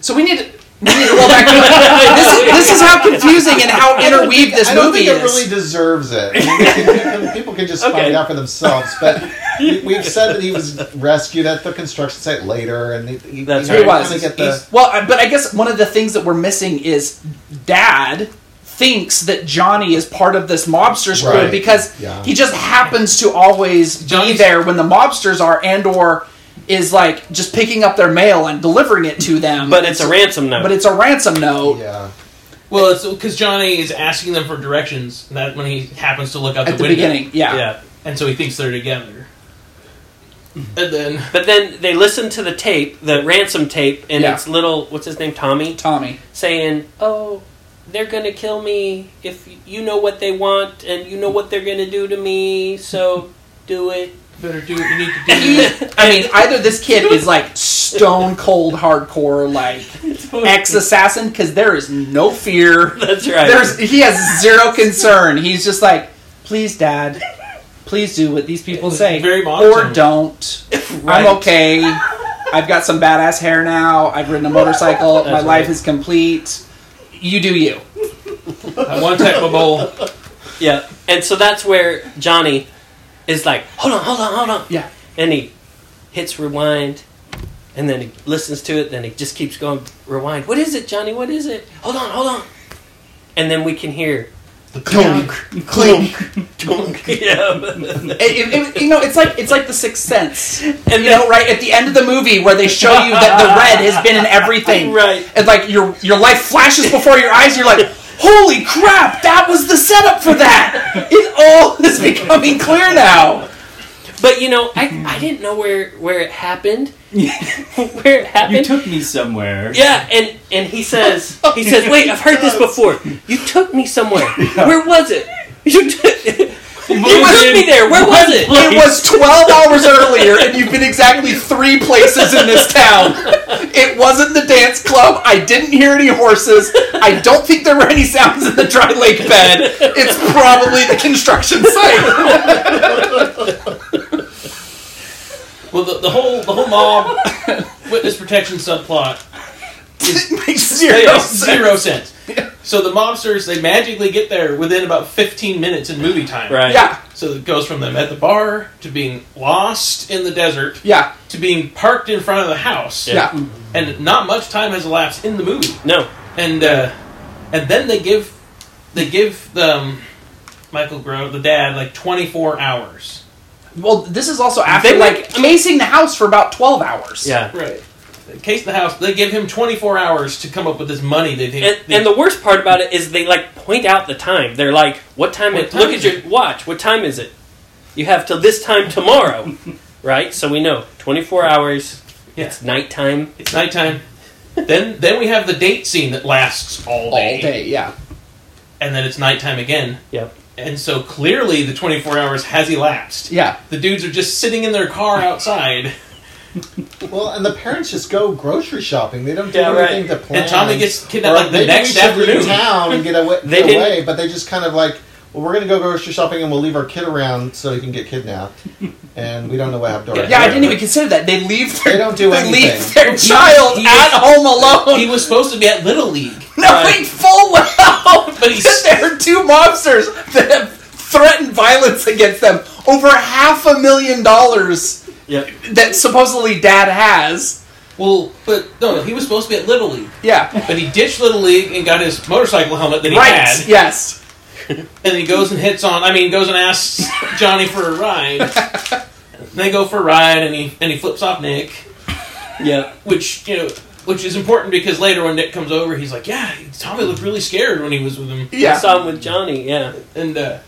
Speaker 10: So we need to. We need to roll back. this, this is how confusing and how interweaved this
Speaker 5: I don't
Speaker 10: movie
Speaker 5: think it
Speaker 10: is.
Speaker 5: really deserves it. I mean, People can just
Speaker 6: Okay.
Speaker 5: find out for themselves. But we- we've said that he was rescued at the construction site later, and he, he,
Speaker 6: That's
Speaker 5: you know,
Speaker 10: right. He was.
Speaker 5: kinda Get the,
Speaker 10: Well, I- but I guess one of the things that we're missing is Dad thinks that Johnny is part of this mobsters crew
Speaker 5: Right.
Speaker 10: because
Speaker 5: Yeah.
Speaker 10: he just happens to always be
Speaker 7: Johnny's-
Speaker 10: there when the mobsters are and or is like just picking up their mail and delivering it to them.
Speaker 6: But it's a ransom note.
Speaker 10: but it's a ransom note.
Speaker 5: yeah.
Speaker 7: Well, it's because Johnny is asking them for directions. and That when he happens to look out
Speaker 10: At the,
Speaker 7: window,
Speaker 10: beginning, yeah. Mm-hmm.
Speaker 6: yeah.
Speaker 7: and so he thinks they're together. And then
Speaker 6: But then they listen to the tape, the ransom tape, and
Speaker 10: Yeah.
Speaker 6: it's little what's his name, Tommy,
Speaker 10: Tommy.
Speaker 6: saying, "Oh, they're gonna kill me if you know what they want and you know what they're gonna do to me. So do it."
Speaker 7: better do what you need to do.
Speaker 10: He, I mean, either this kid is like stone cold hardcore, like ex assassin, because there is no fear.
Speaker 6: That's right.
Speaker 10: There's he has zero concern. He's just like, please, Dad, please do what these people say,
Speaker 7: Very monotone.
Speaker 10: or don't. I'm okay. I've got some badass hair now. I've ridden a motorcycle. My
Speaker 6: That's
Speaker 10: life
Speaker 6: right.
Speaker 10: is complete. You do you.
Speaker 7: I want type of bowl.
Speaker 6: Yeah, and so that's where Johnny is like, hold on, hold on, hold on.
Speaker 10: Yeah.
Speaker 6: And he hits rewind, and then he listens to it, then he just keeps going, rewind. What is it, Johnny? What is it? Hold on, hold on. And then we can hear.
Speaker 5: Clunk, clunk.
Speaker 6: yeah.
Speaker 10: It- it- it- you know, it's like it's like the Sixth Sense.
Speaker 6: And
Speaker 10: you know, right at the end of the movie where they show you that the red has been in everything.
Speaker 6: Right.
Speaker 10: And like your your life flashes before your eyes, and you're like, holy crap, that was the setup for that. It all is becoming clear now.
Speaker 6: But you know, I, I didn't know where, where it happened. where it happened.
Speaker 12: You took me somewhere.
Speaker 6: Yeah, and and he says
Speaker 5: Oh
Speaker 6: he says, "Wait, I've heard this before. You took me somewhere. Where was it? You, took you took me there. Where was it?
Speaker 10: It was twelve hours earlier and you've been exactly three places in this town. It wasn't the dance club. I didn't hear any horses. I don't think there were any sounds in the dry lake bed. It's probably the construction site.
Speaker 7: Well, the, the whole the whole mob witness protection subplot
Speaker 10: It makes
Speaker 7: they
Speaker 10: zero
Speaker 7: make
Speaker 10: sense.
Speaker 7: zero sense. So the mobsters they magically get there within about fifteen minutes in movie time.
Speaker 6: Right.
Speaker 10: Yeah,
Speaker 7: So it goes from them at the bar to being lost in the desert
Speaker 10: yeah,
Speaker 7: to being parked in front of the house.
Speaker 10: yeah.
Speaker 7: And not much time has elapsed in the movie.
Speaker 6: No.
Speaker 7: and uh, and then they give they give um, Michael Grove the dad like 24 hours
Speaker 10: Well, this is also after
Speaker 7: They were-
Speaker 10: like casing the house for about twelve hours.
Speaker 6: Yeah.
Speaker 7: Right. Case the house. They give him 24 hours to come up with this money. They think.
Speaker 6: And,
Speaker 7: they-
Speaker 6: and the worst part about it is they like point out the time. They're like, "What time?
Speaker 7: What
Speaker 6: it,
Speaker 7: time
Speaker 6: look
Speaker 7: is
Speaker 6: at your watch. What time is it? You have till this time tomorrow, right? So we know twenty four hours.
Speaker 7: Yeah.
Speaker 6: It's nighttime.
Speaker 7: it's nighttime. then then we have the date scene that lasts all
Speaker 10: All
Speaker 7: day,
Speaker 10: day, yeah.
Speaker 7: and then it's nighttime again.
Speaker 6: Yep.
Speaker 7: And so clearly the 24 hours has elapsed.
Speaker 10: Yeah.
Speaker 7: The dudes are just sitting in their car outside,
Speaker 5: Well, and the parents just go grocery shopping. They don't do
Speaker 6: Yeah, right.
Speaker 5: anything to plan.
Speaker 7: and Tommy gets kidnapped
Speaker 5: Or
Speaker 7: like the
Speaker 5: maybe
Speaker 7: next
Speaker 5: we should leave
Speaker 7: afternoon.
Speaker 5: town and get away,
Speaker 6: They
Speaker 5: get
Speaker 6: didn't-
Speaker 5: away, but they just kind of like, well, we're going to go grocery shopping and we'll leave our kid around so he can get kidnapped, and we don't know what happened. to our
Speaker 10: Yeah, I
Speaker 5: kid.
Speaker 10: didn't even consider that. They leave their
Speaker 5: They don't do
Speaker 10: they
Speaker 5: anything.
Speaker 10: leave their child
Speaker 7: he-
Speaker 10: at home alone.
Speaker 7: He was supposed to be at Little League.
Speaker 10: knowing full well
Speaker 7: But he's-
Speaker 10: that there are two mobsters that have threatened violence against them over half a million dollars
Speaker 6: Yep.
Speaker 10: that supposedly dad has.
Speaker 7: Well, but no, he was supposed to be at Little League.
Speaker 10: Yeah.
Speaker 7: But he ditched Little League and got his motorcycle helmet that he
Speaker 10: right.
Speaker 7: had.
Speaker 10: Yes.
Speaker 7: And he goes and hits on. I mean, goes and asks Johnny for a ride. And they go for a ride, and he and he flips off Nick,
Speaker 6: Yeah.
Speaker 7: which you know, which is important because later when Nick comes over, he's like, "Yeah, Tommy looked really scared when he was with him."
Speaker 6: I
Speaker 10: Yeah.
Speaker 6: saw him with Johnny. Yeah.
Speaker 7: And uh,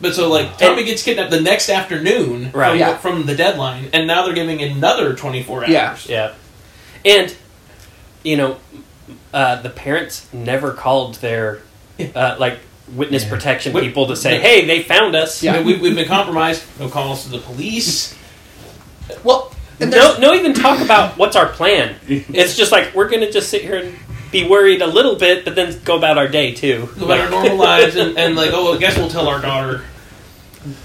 Speaker 7: but so like Tommy gets kidnapped the next afternoon
Speaker 6: Right.
Speaker 7: from,
Speaker 10: Yeah.
Speaker 7: from the deadline, and now they're giving another twenty four hours.
Speaker 10: Yeah.
Speaker 6: Yeah. And you know, uh, the parents never called their uh, like witness protection
Speaker 7: Wit-
Speaker 6: people to say, "Hey, they found us."
Speaker 10: Yeah.
Speaker 7: I mean, we, we've been compromised. No calls to the police.
Speaker 10: Well, and there's-
Speaker 6: no, no, even talk about what's our plan. It's just like we're gonna just sit here and be worried a little bit, but then go about our day too.
Speaker 7: about our normal lives and, and like, oh, I guess we'll tell our daughter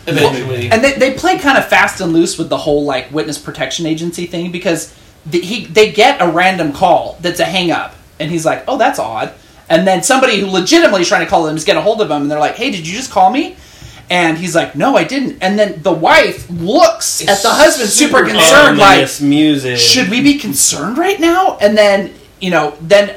Speaker 7: eventually.
Speaker 10: and they, they play kind of fast and loose with the whole like witness protection agency thing because the, he they get a random call that's a hang up and he's like oh that's odd and then somebody who legitimately is trying to call them is get a hold of him and they're like hey did you just call me and he's like no i didn't and then the wife looks at the husband super,
Speaker 7: super
Speaker 10: concerned like
Speaker 6: Ominous music.
Speaker 10: should we be concerned right now and then you know then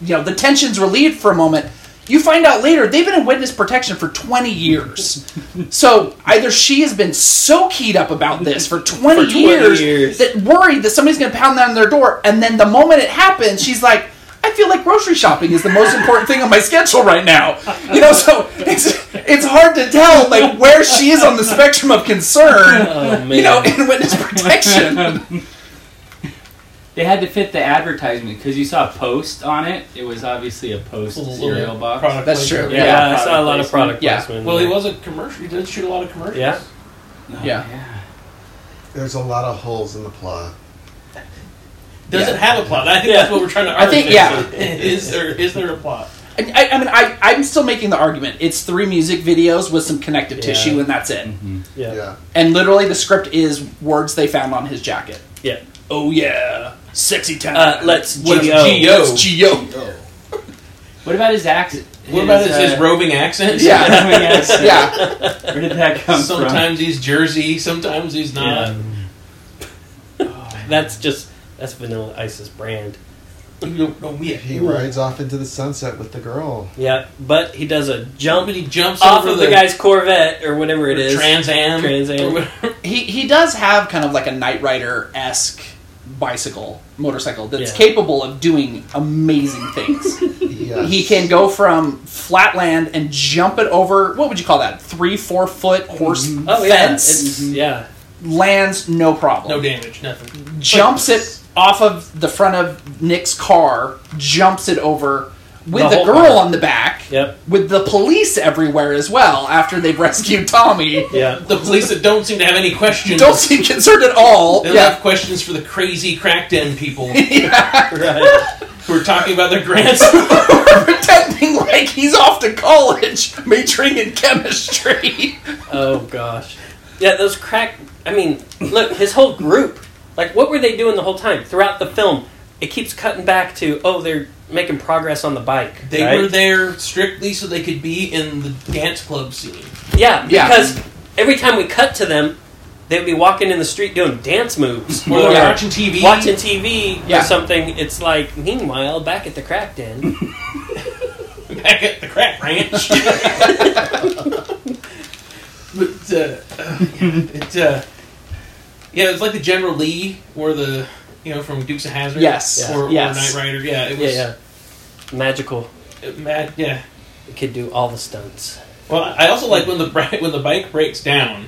Speaker 10: you know the tension's relieved for a moment you find out later they've been in witness protection for 20 years so either she has been so keyed up about this for 20,
Speaker 6: For 20 years.
Speaker 10: that worried that somebody's going to pound down their door and then the moment it happens she's like I feel like grocery shopping is the most important thing on my schedule right now. You know, so it's it's hard to tell like where she is on the spectrum of concern,
Speaker 6: Oh man.
Speaker 10: you know, in witness protection.
Speaker 12: They had to fit the advertisement because you saw a post on it. It was obviously a post cereal box.
Speaker 7: Product
Speaker 10: That's
Speaker 7: placement.
Speaker 10: true.
Speaker 6: yeah,
Speaker 12: Yeah,
Speaker 6: I saw a lot of product
Speaker 12: product
Speaker 10: Yeah.
Speaker 6: placement.
Speaker 7: Well, he was a commercial. He did shoot a lot of commercials.
Speaker 6: Yeah.
Speaker 12: Oh,
Speaker 10: Yeah.
Speaker 5: There's a lot of holes in the plot.
Speaker 7: Does
Speaker 10: Yeah.
Speaker 7: it have a plot? I think
Speaker 6: Yeah.
Speaker 7: that's what we're trying to.
Speaker 10: I think-
Speaker 7: argue. Is there is there a plot?
Speaker 10: I, I- I mean, I, I'm still making the argument. It's three music videos with some connective
Speaker 6: Yeah.
Speaker 10: tissue, and that's it.
Speaker 6: Yeah.
Speaker 5: Yeah.
Speaker 10: And literally, the script is words they found on his jacket.
Speaker 6: Yeah.
Speaker 10: Oh yeah, sexy time.
Speaker 6: Uh, let's
Speaker 10: What is
Speaker 6: G.O..
Speaker 10: G.O.? Let's G.O.
Speaker 12: What about his accent?
Speaker 7: What about his, his
Speaker 12: uh,
Speaker 7: roving accent?
Speaker 10: Yeah.
Speaker 12: accent?
Speaker 10: Yeah,
Speaker 12: Oh, Where did that come from?
Speaker 7: Sometimes he's Jersey. Sometimes he's not.
Speaker 6: That's just that's Vanilla Ice's brand.
Speaker 7: You don't know me.
Speaker 5: He rides off into the sunset with the girl.
Speaker 6: Yeah, but he does a jump
Speaker 7: Somebody jumps
Speaker 6: off
Speaker 7: over
Speaker 6: of the, guy's Corvette or whatever it is.
Speaker 7: Trans Am.
Speaker 6: Trans Am.
Speaker 7: or whatever.
Speaker 10: he he does have kind of like a Knight Rider esque bicycle motorcycle that's
Speaker 6: Yeah.
Speaker 10: capable of doing amazing things.
Speaker 5: Yes.
Speaker 10: He can go from flat land and jump it over what would you call that? Three, four foot horse
Speaker 6: Oh yeah,
Speaker 10: fence
Speaker 6: it's, yeah.
Speaker 10: lands no problem.
Speaker 7: No damage. Nothing.
Speaker 10: jumps it off of the front of Nick's car, jumps it over with
Speaker 6: The
Speaker 10: the,
Speaker 6: whole
Speaker 10: girl
Speaker 6: car.
Speaker 10: on the back,
Speaker 6: Yep.
Speaker 10: with the police everywhere as well after they've rescued Tommy.
Speaker 6: Yeah.
Speaker 7: The police that don't seem to have any questions.
Speaker 10: Don't seem concerned at all.
Speaker 7: They don't have
Speaker 10: Yeah.
Speaker 7: questions for the crazy cracked in people
Speaker 6: Right.
Speaker 7: who are talking about their grandson.
Speaker 10: Pretending like he's off to college, majoring in chemistry.
Speaker 6: Oh gosh. Yeah, those crack. I mean, look, his whole group. Like, what were they doing the whole time throughout the film? It keeps cutting back to oh, they're making progress on the bike.
Speaker 7: They
Speaker 6: right?
Speaker 7: were there strictly so they could be in the dance club scene.
Speaker 6: Yeah,
Speaker 10: Yeah.
Speaker 6: because every time we cut to them, they'd be walking in the street doing dance moves
Speaker 7: Or
Speaker 6: or
Speaker 7: they're watching TV.
Speaker 6: watching TV
Speaker 10: Yeah.
Speaker 6: or something. It's like, meanwhile, back at the crack den.
Speaker 7: back at the crack ranch. but uh, It, uh, yeah, it's like the General Lee or the you know from Dukes of Hazard.
Speaker 10: Yes.
Speaker 7: Or,
Speaker 10: Yes.
Speaker 7: or Knight Rider. Yeah, it
Speaker 6: Yeah,
Speaker 7: was
Speaker 6: yeah. Magical.
Speaker 7: it- mad. Yeah.
Speaker 6: It could do all the stunts.
Speaker 7: Well, I also like when the bri- when the bike breaks down,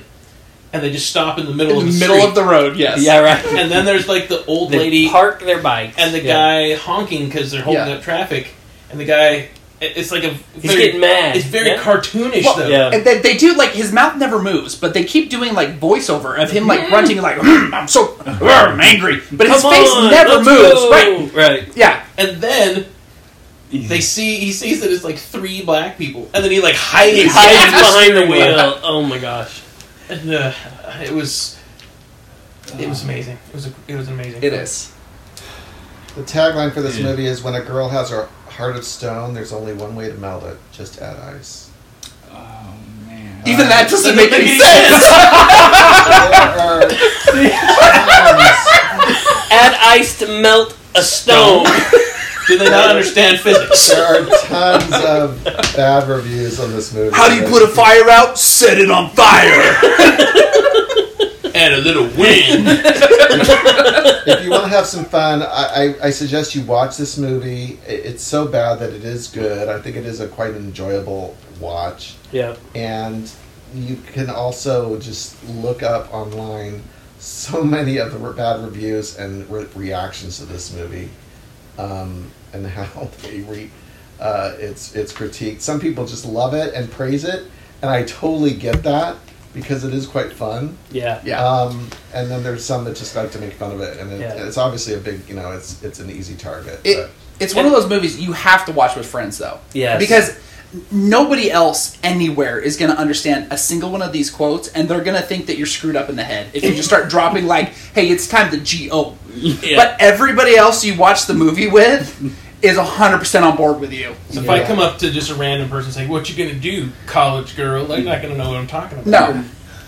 Speaker 7: and they just stop in the middle
Speaker 10: in the
Speaker 7: of the
Speaker 10: middle
Speaker 7: street.
Speaker 10: of the road. Yes.
Speaker 6: Yeah, right.
Speaker 7: and then there's like the old
Speaker 6: They
Speaker 7: lady
Speaker 6: park their bikes.
Speaker 7: and the
Speaker 6: Yeah.
Speaker 7: guy honking because they're holding
Speaker 10: Yeah.
Speaker 7: up traffic, and the guy. it- It's like a.
Speaker 6: He's getting mad.
Speaker 7: It's very
Speaker 6: Yeah.
Speaker 7: cartoonish
Speaker 10: Well,
Speaker 7: though.
Speaker 6: Yeah.
Speaker 10: And they, they do like his mouth never moves, but they keep doing like voiceover of him like grunting, like "Mm, I'm so mm, I'm angry, but his
Speaker 6: Come
Speaker 10: face
Speaker 6: on,
Speaker 10: never
Speaker 6: let's
Speaker 10: moves.
Speaker 6: go!
Speaker 10: Right?
Speaker 6: Right.
Speaker 10: Yeah.
Speaker 7: And then they see he sees that it's like three black people, and then he like hides,
Speaker 6: Hides behind the
Speaker 7: steering
Speaker 6: wheel. Oh my gosh.
Speaker 7: And, uh, it was it was amazing. It was a, it was amazing.
Speaker 10: It is.
Speaker 5: The tagline for this movie is When a girl has her heart of stone, there's only one way to melt it just add ice.
Speaker 8: Oh man.
Speaker 10: Uh, Even that doesn't make
Speaker 7: Doesn't
Speaker 10: any
Speaker 7: make any
Speaker 10: sense.
Speaker 5: There are times,
Speaker 6: Add ice to melt a stone.
Speaker 7: Do they not understand physics?
Speaker 5: there are tons of bad reviews on this movie.
Speaker 10: How do you put a fire out? Set it on fire.
Speaker 7: and a little wind.
Speaker 5: if you want to have some fun, I, I, I suggest you watch this movie. I- It's so bad that it is good. I think it is a quite enjoyable watch,
Speaker 6: yeah.
Speaker 5: and you can also just look up online so many of the re- bad reviews and re- reactions to this movie, um, and how they re uh, it's it's critiqued. Some people just love it and praise it, and I totally get that because it is quite fun.
Speaker 6: Yeah.
Speaker 10: Yeah.
Speaker 5: Um, and then there's some that just like to make fun of it, and it,
Speaker 6: Yeah.
Speaker 5: it's obviously a big, you know, it's it's an easy target.
Speaker 10: It, it's one of those movies you have to watch with friends though.
Speaker 6: Yes.
Speaker 10: Because nobody else anywhere is going to understand a single one of these quotes and they're going to think that you're screwed up in the head if you just start dropping like, "Hey, it's time to go." But everybody else you watch the movie with is 100% on board with you.
Speaker 7: So if I come up to just a random person and say, "What you gonna do, college girl?" They're not gonna know what I'm talking about.
Speaker 10: No.
Speaker 5: But,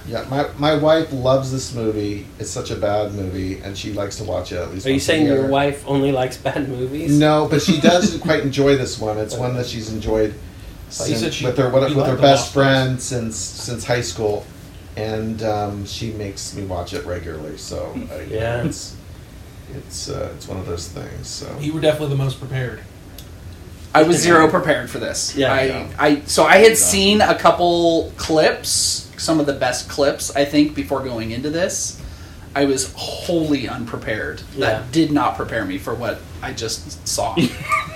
Speaker 5: yeah, my my wife loves this movie. It's such a bad movie, and she likes to watch it at least.
Speaker 6: Are you
Speaker 5: once a
Speaker 6: saying your
Speaker 5: year.
Speaker 6: wife only likes bad movies?
Speaker 5: No, but she does quite enjoy this one. It's one that she's enjoyed since,
Speaker 7: said she-
Speaker 5: with her what,
Speaker 7: Oh, you
Speaker 5: with her
Speaker 7: like the
Speaker 5: best
Speaker 7: Lost
Speaker 5: friend since since high school, and um, she makes me watch it regularly. So uh, you know,
Speaker 6: Yeah.
Speaker 5: it's it's uh, it's one of those things. So
Speaker 7: You were definitely the most prepared.
Speaker 10: I was zero prepared for this.
Speaker 6: Yeah.
Speaker 10: I,
Speaker 5: Yeah.
Speaker 10: I so I had seen a couple clips, some of the best clips I think before going into this. I was wholly unprepared.
Speaker 6: Yeah.
Speaker 10: That did not prepare me for what I just saw.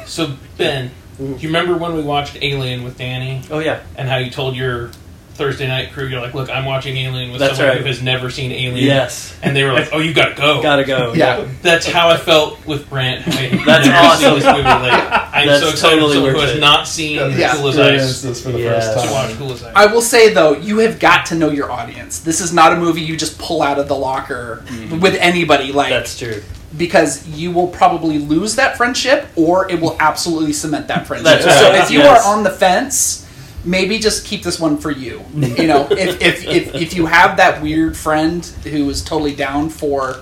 Speaker 7: So Ben, do you remember when we watched Alien with Danny
Speaker 6: Oh yeah.
Speaker 7: and how you told your Thursday night crew, you're like, "Look, I'm watching Alien with
Speaker 6: That's
Speaker 7: someone
Speaker 6: right.
Speaker 7: who has never seen Alien."
Speaker 6: Yes.
Speaker 7: And they were like, "Oh, you gotta go."
Speaker 6: Gotta go.
Speaker 10: yeah.
Speaker 7: That's how I felt with Brant. That's
Speaker 6: That's awesome.
Speaker 7: This movie. Like, I'm
Speaker 6: That's
Speaker 7: so excited
Speaker 6: totally
Speaker 7: for someone who
Speaker 6: worth
Speaker 7: has
Speaker 6: it.
Speaker 7: not seen
Speaker 10: Yeah.
Speaker 7: Cool as
Speaker 5: experience
Speaker 7: Ice
Speaker 5: this for the
Speaker 6: Yes.
Speaker 5: first
Speaker 7: to watch
Speaker 5: time.
Speaker 7: Cool as Ice.
Speaker 10: I will say though, you have got to know your audience. This is not a movie you just pull out of the locker with anybody like
Speaker 6: Mm-hmm. That's true.
Speaker 10: because you will probably lose that friendship or it will absolutely cement that friendship.
Speaker 6: That's
Speaker 10: So
Speaker 6: right.
Speaker 10: if you
Speaker 6: Yes.
Speaker 10: are on the fence, maybe just keep this one for you. You know, if, if, if, if you have that weird friend who is totally down for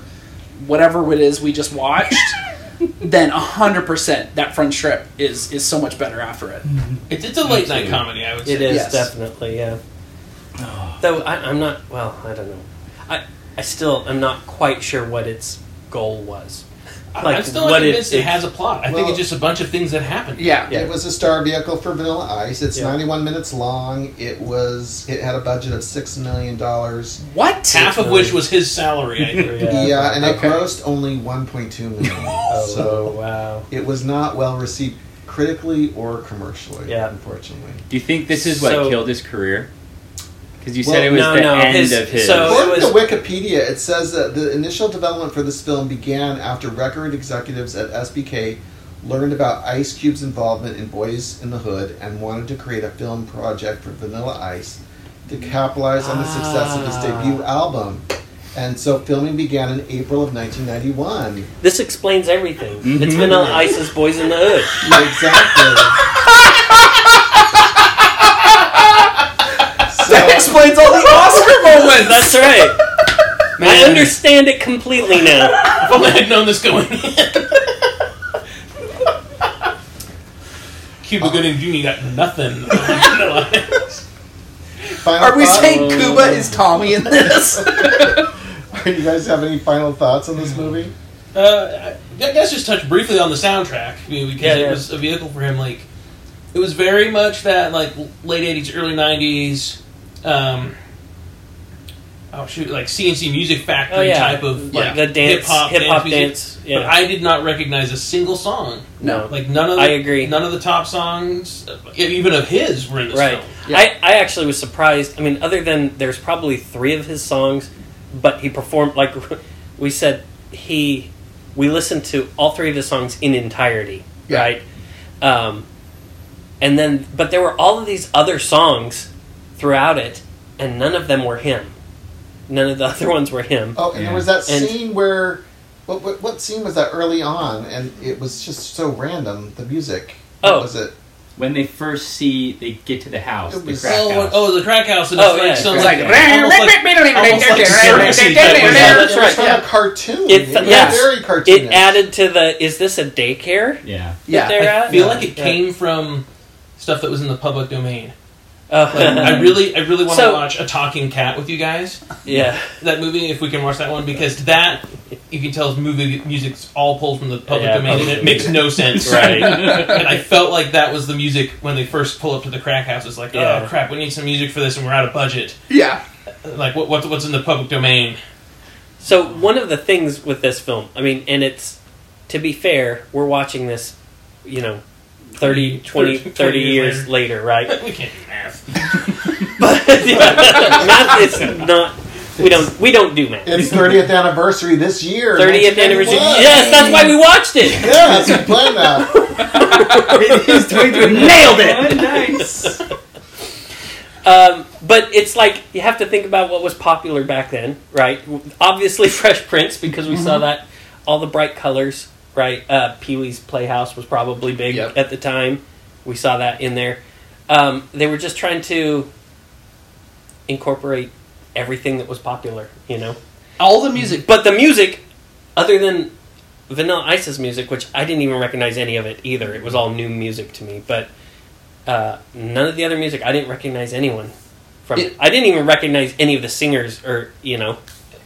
Speaker 10: whatever it is we just watched, then 100% that friendship is, is so much better after it.
Speaker 7: It's, it's a late night comedy, I would say.
Speaker 6: It is
Speaker 10: Yes.
Speaker 6: definitely yeah. Though I, I'm not. Well, I don't know. I I still am not quite sure what its goal was.
Speaker 7: I-
Speaker 6: Like,
Speaker 7: I'm still not
Speaker 6: what it-
Speaker 7: convinced it,
Speaker 6: it-
Speaker 7: has a plot. I think
Speaker 5: Well-
Speaker 7: it's just a bunch of things that happen.
Speaker 10: Yeah.
Speaker 6: Yeah.
Speaker 5: It was a star vehicle for Vanilla Ice. It's
Speaker 6: Yeah.
Speaker 5: 91 minutes long. It was it had a budget of six million dollars.
Speaker 10: What?
Speaker 7: Half of which was his salary, I think.
Speaker 5: Yeah,
Speaker 6: Yeah.
Speaker 5: and
Speaker 10: Okay.
Speaker 5: it grossed only 1.2 million.
Speaker 6: Oh
Speaker 5: so
Speaker 6: wow.
Speaker 5: it was not well received critically or commercially.
Speaker 6: Yeah.
Speaker 5: unfortunately.
Speaker 12: Do you think this is what
Speaker 6: So-
Speaker 12: killed his career? Because you
Speaker 5: Well,
Speaker 12: said it was
Speaker 6: no,
Speaker 12: the
Speaker 6: no,
Speaker 12: end
Speaker 6: his-
Speaker 12: of his.
Speaker 10: Oh,
Speaker 6: so- it was-
Speaker 5: According to Wikipedia, it says that the initial development for this film began after record executives at SBK learned about Ice Cube's involvement in Boys in the Hood and wanted to create a film project for Vanilla Ice to capitalize on the success of his
Speaker 10: Ah.
Speaker 5: debut album. And so filming began in April of 1991.
Speaker 6: This explains everything. It's Vanilla Ice's Boys in the Hood.
Speaker 5: Yeah, exactly.
Speaker 10: That
Speaker 5: so,
Speaker 10: explains all the Oscar moments!
Speaker 6: That's right. I
Speaker 7: Man.
Speaker 6: understand it completely now.
Speaker 7: If only I'd known this going in. Cuba Gooding Jr. got nothing.
Speaker 5: final
Speaker 10: Are we
Speaker 5: thoughts?
Speaker 10: saying Cuba is Tommy in this?
Speaker 5: you guys have any final thoughts on
Speaker 7: Mm.
Speaker 5: this movie?
Speaker 7: Uh, I I guess just touch briefly on the soundtrack. I mean, because it was a vehicle for him. Like, it was very much that like late '80s, early '90s. Um, oh shoot, like CNC Music Factory
Speaker 6: Oh, yeah.
Speaker 7: type of
Speaker 6: Yeah.
Speaker 7: like
Speaker 6: The dance-
Speaker 7: hip-hop,
Speaker 6: hip-hop
Speaker 7: music.
Speaker 6: dance, yeah.
Speaker 7: But I did not recognize a single song.
Speaker 6: No.
Speaker 7: like none of the,
Speaker 6: I agree.
Speaker 7: None of the top songs, uh, even of his, were in this
Speaker 6: Right.
Speaker 7: film.
Speaker 6: I, I actually was surprised. I mean, other than there's probably three of his songs, but he performed like we said he we listened to all three of his songs in entirety,
Speaker 10: Yeah.
Speaker 6: right? Um, and then, but there were all of these other songs throughout it, and none of them were him. None of the other ones were him.
Speaker 5: Oh, and
Speaker 12: Yeah.
Speaker 5: there was that
Speaker 6: And-
Speaker 5: scene where. What, what, what scene was that early on? And it was just so random, the music. What
Speaker 6: Oh.
Speaker 5: was it?
Speaker 12: When they first see, they get to the house,
Speaker 5: It
Speaker 12: the
Speaker 5: was-
Speaker 12: crack
Speaker 7: Oh,
Speaker 12: house.
Speaker 7: oh, the crack house, and
Speaker 6: Oh,
Speaker 7: it's like
Speaker 6: yeah,
Speaker 7: some
Speaker 6: it's
Speaker 7: like, almost like
Speaker 6: Yeah, that's
Speaker 5: it
Speaker 6: right,
Speaker 5: was from
Speaker 6: yeah.
Speaker 5: a cartoon.
Speaker 6: It-
Speaker 5: was
Speaker 6: yes.
Speaker 5: very cartoonish.
Speaker 6: It added to the is this a daycare?
Speaker 12: Yeah.
Speaker 10: Yeah,
Speaker 6: that they're
Speaker 7: I
Speaker 6: at?
Speaker 7: feel like it
Speaker 6: Yeah.
Speaker 7: came from stuff that was in the public domain.
Speaker 6: Uh,
Speaker 7: Like, I really, I really want to
Speaker 6: So-
Speaker 7: watch a talking cat with you guys.
Speaker 6: yeah.
Speaker 7: That movie, if we can watch that one, because that you can tell is movie music's all pulled from the public
Speaker 6: Yeah,
Speaker 7: domain, and it
Speaker 6: public
Speaker 7: makes no sense.
Speaker 6: Right.
Speaker 7: and I felt like that was the music when they first pull up to the crack house. It's like,
Speaker 6: Yeah.
Speaker 7: oh crap, we need some music for this, and we're out of budget.
Speaker 10: yeah.
Speaker 7: Like, what, what's what's in the public domain?
Speaker 6: So one of the things with this film, I mean, and it's to be fair, we're watching this, you know, 30, 20, 30,
Speaker 7: 20 years
Speaker 6: years later, right?
Speaker 7: We can't do math.
Speaker 6: But yeah, not, it's not. We don't. We don't do math.
Speaker 5: Its 30th anniversary this year.
Speaker 6: Thirtieth anniversary.
Speaker 5: 1991.
Speaker 6: Yes, that's why we watched it.
Speaker 5: Yeah, that's what we planned that.
Speaker 6: Nailed it.
Speaker 12: nice.
Speaker 6: Um, but it's like you have to think about what was popular back then, right? Obviously, Fresh Prince because we saw that all the bright colors, right? Uh, Pee Wee's Playhouse was probably big
Speaker 10: Yep.
Speaker 6: at the time. We saw that in there. Um, they were just trying to incorporate everything that was popular, you know.
Speaker 10: All the music.
Speaker 6: But the music, other than Vanilla Ice's music, which I didn't even recognize any of it either. It was all new music to me. But uh, none of the other music, I didn't recognize anyone from.
Speaker 10: It-
Speaker 6: I didn't even recognize any of the singers, or you know,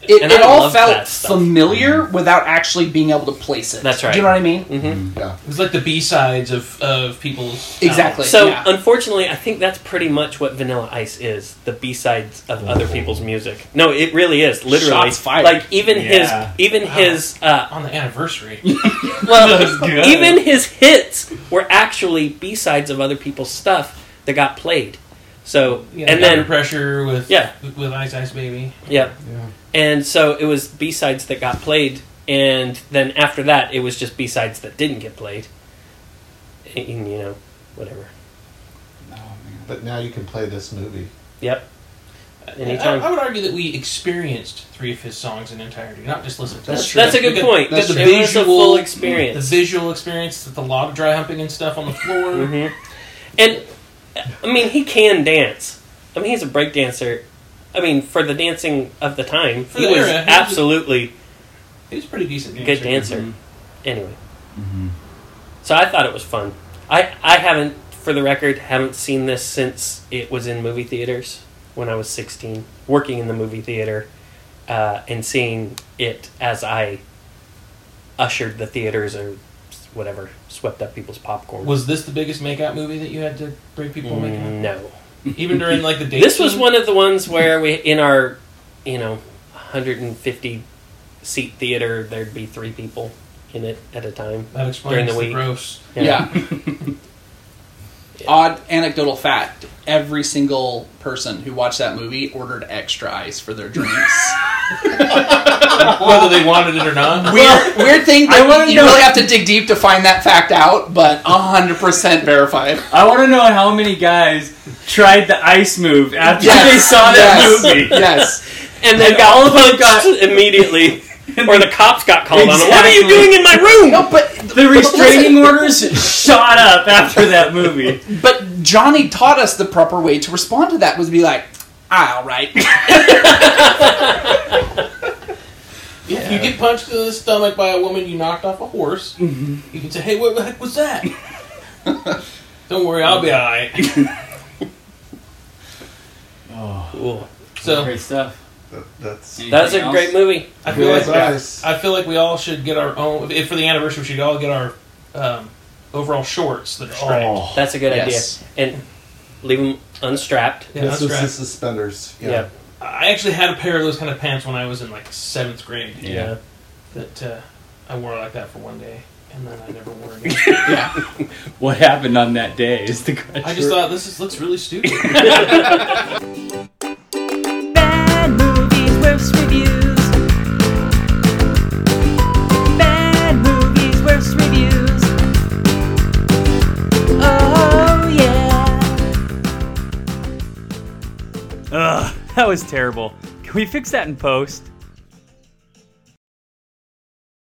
Speaker 10: It,
Speaker 6: And
Speaker 10: it
Speaker 6: I
Speaker 10: all
Speaker 6: love
Speaker 10: felt
Speaker 6: that stuff.
Speaker 10: familiar without actually being able to place it.
Speaker 6: That's right.
Speaker 10: Do you know what I mean?
Speaker 6: hmm
Speaker 7: It was like the B sides of of people's
Speaker 10: Exactly.
Speaker 6: So
Speaker 10: yeah.
Speaker 6: unfortunately, I think that's pretty much what Vanilla Ice is—the B sides of other people's music. No, it really is literally.
Speaker 10: Shots fired.
Speaker 6: Like even
Speaker 12: Yeah.
Speaker 6: his, even
Speaker 7: Wow.
Speaker 6: his uh,
Speaker 7: on the anniversary.
Speaker 6: Well,
Speaker 12: good.
Speaker 6: even his hits were actually B sides of other people's stuff that got played. So
Speaker 7: Yeah,
Speaker 6: and
Speaker 7: Under
Speaker 6: then
Speaker 7: pressure with
Speaker 6: Yeah.
Speaker 7: with Ice Ice Baby.
Speaker 6: yeah. and so it was B sides that got played, and then after that it was just B sides that didn't get played. And, you know, whatever.
Speaker 5: But now you can play this movie.
Speaker 6: Yep.
Speaker 7: I,
Speaker 6: Anytime.
Speaker 7: I would argue that we experienced three of his songs in entirety, not just listened to.
Speaker 6: That's,
Speaker 7: them.
Speaker 6: that's a
Speaker 7: We
Speaker 6: good
Speaker 7: got-
Speaker 6: point.
Speaker 7: we got
Speaker 5: That's
Speaker 7: the
Speaker 5: true.
Speaker 6: It was a full
Speaker 7: visual the
Speaker 6: experience.
Speaker 7: visual experience, the lot of dry humping and stuff on the floor.
Speaker 6: hmm And I mean, he can dance. I mean, he's a break dancer. I mean, for the dancing of the time,
Speaker 7: For
Speaker 6: he
Speaker 7: the
Speaker 6: was
Speaker 7: era, he was a-
Speaker 6: absolutely
Speaker 7: He was a pretty decent.
Speaker 6: good dancer.
Speaker 7: Mm-hmm.
Speaker 6: Anyway, so I thought it was fun. I I haven't, for the record, haven't seen this since it was in movie theaters when I was sixteen, working in the movie theater, uh, and seeing it as I ushered the theaters or whatever, swept up people's popcorn.
Speaker 7: Was this the biggest makeout movie that you had to bring people makeout?
Speaker 6: no.
Speaker 7: Even during like the day.
Speaker 6: Mm. This was one of the ones where we, in our, you know, 150 seat theater, there'd be three people in it at a time.
Speaker 7: that
Speaker 6: during
Speaker 7: explains
Speaker 6: the
Speaker 7: the,
Speaker 6: week.
Speaker 7: gross.
Speaker 10: yeah. Odd anecdotal fact: every single person who watched that movie ordered extra ice for their drinks.
Speaker 7: Whether they wanted it or not.
Speaker 10: weird, weird thing. That
Speaker 12: I wanna
Speaker 10: you
Speaker 12: know-
Speaker 10: really have to dig deep to find that fact out, but hundred percent verified.
Speaker 12: I want to know how many guys tried the ice move after
Speaker 10: Yes,
Speaker 12: they saw
Speaker 10: yes.
Speaker 12: that movie.
Speaker 10: Yes,
Speaker 6: And then got all of them got immediately, or the cops got called on them. What are you
Speaker 12: Exactly.
Speaker 6: doing in my room?
Speaker 10: no, but
Speaker 12: The restraining orders shot up after that movie.
Speaker 10: but Johnny taught us the proper way to respond to that was to be like, "Ah, all right."
Speaker 7: If you get punched in the stomach by a woman you knocked off a horse,
Speaker 6: Mm-hmm.
Speaker 7: you can say, "Hey, what the heck was that?" Don't worry, I'll be all right.
Speaker 12: Oh,
Speaker 6: Cool.
Speaker 7: So
Speaker 12: great stuff.
Speaker 5: That, that's
Speaker 12: Anything
Speaker 6: That's a
Speaker 12: else?
Speaker 6: great movie.
Speaker 7: I feel
Speaker 5: Yeah,
Speaker 7: like
Speaker 5: nice.
Speaker 7: I feel like we all should get our own. If for the anniversary, we should all get our um, overall shorts that are strapped.
Speaker 5: Oh,
Speaker 6: That's a good
Speaker 10: Yes.
Speaker 6: idea. And leave them unstrapped.
Speaker 7: Yeah,
Speaker 5: this was
Speaker 7: unstrapped.
Speaker 5: the suspenders. Yeah.
Speaker 6: Yeah.
Speaker 7: I actually had a pair of those kind of pants when I was in like seventh grade.
Speaker 12: Yeah.
Speaker 7: That uh, I wore like that for one day, and then I never wore it. again.
Speaker 12: What happened on that day is the question.
Speaker 7: I just thought this is, looks really stupid.
Speaker 4: Bad movies, worst reviews. Bad movies, worst reviews. Oh, yeah.
Speaker 3: Ugh, that was terrible. Can we fix that in post?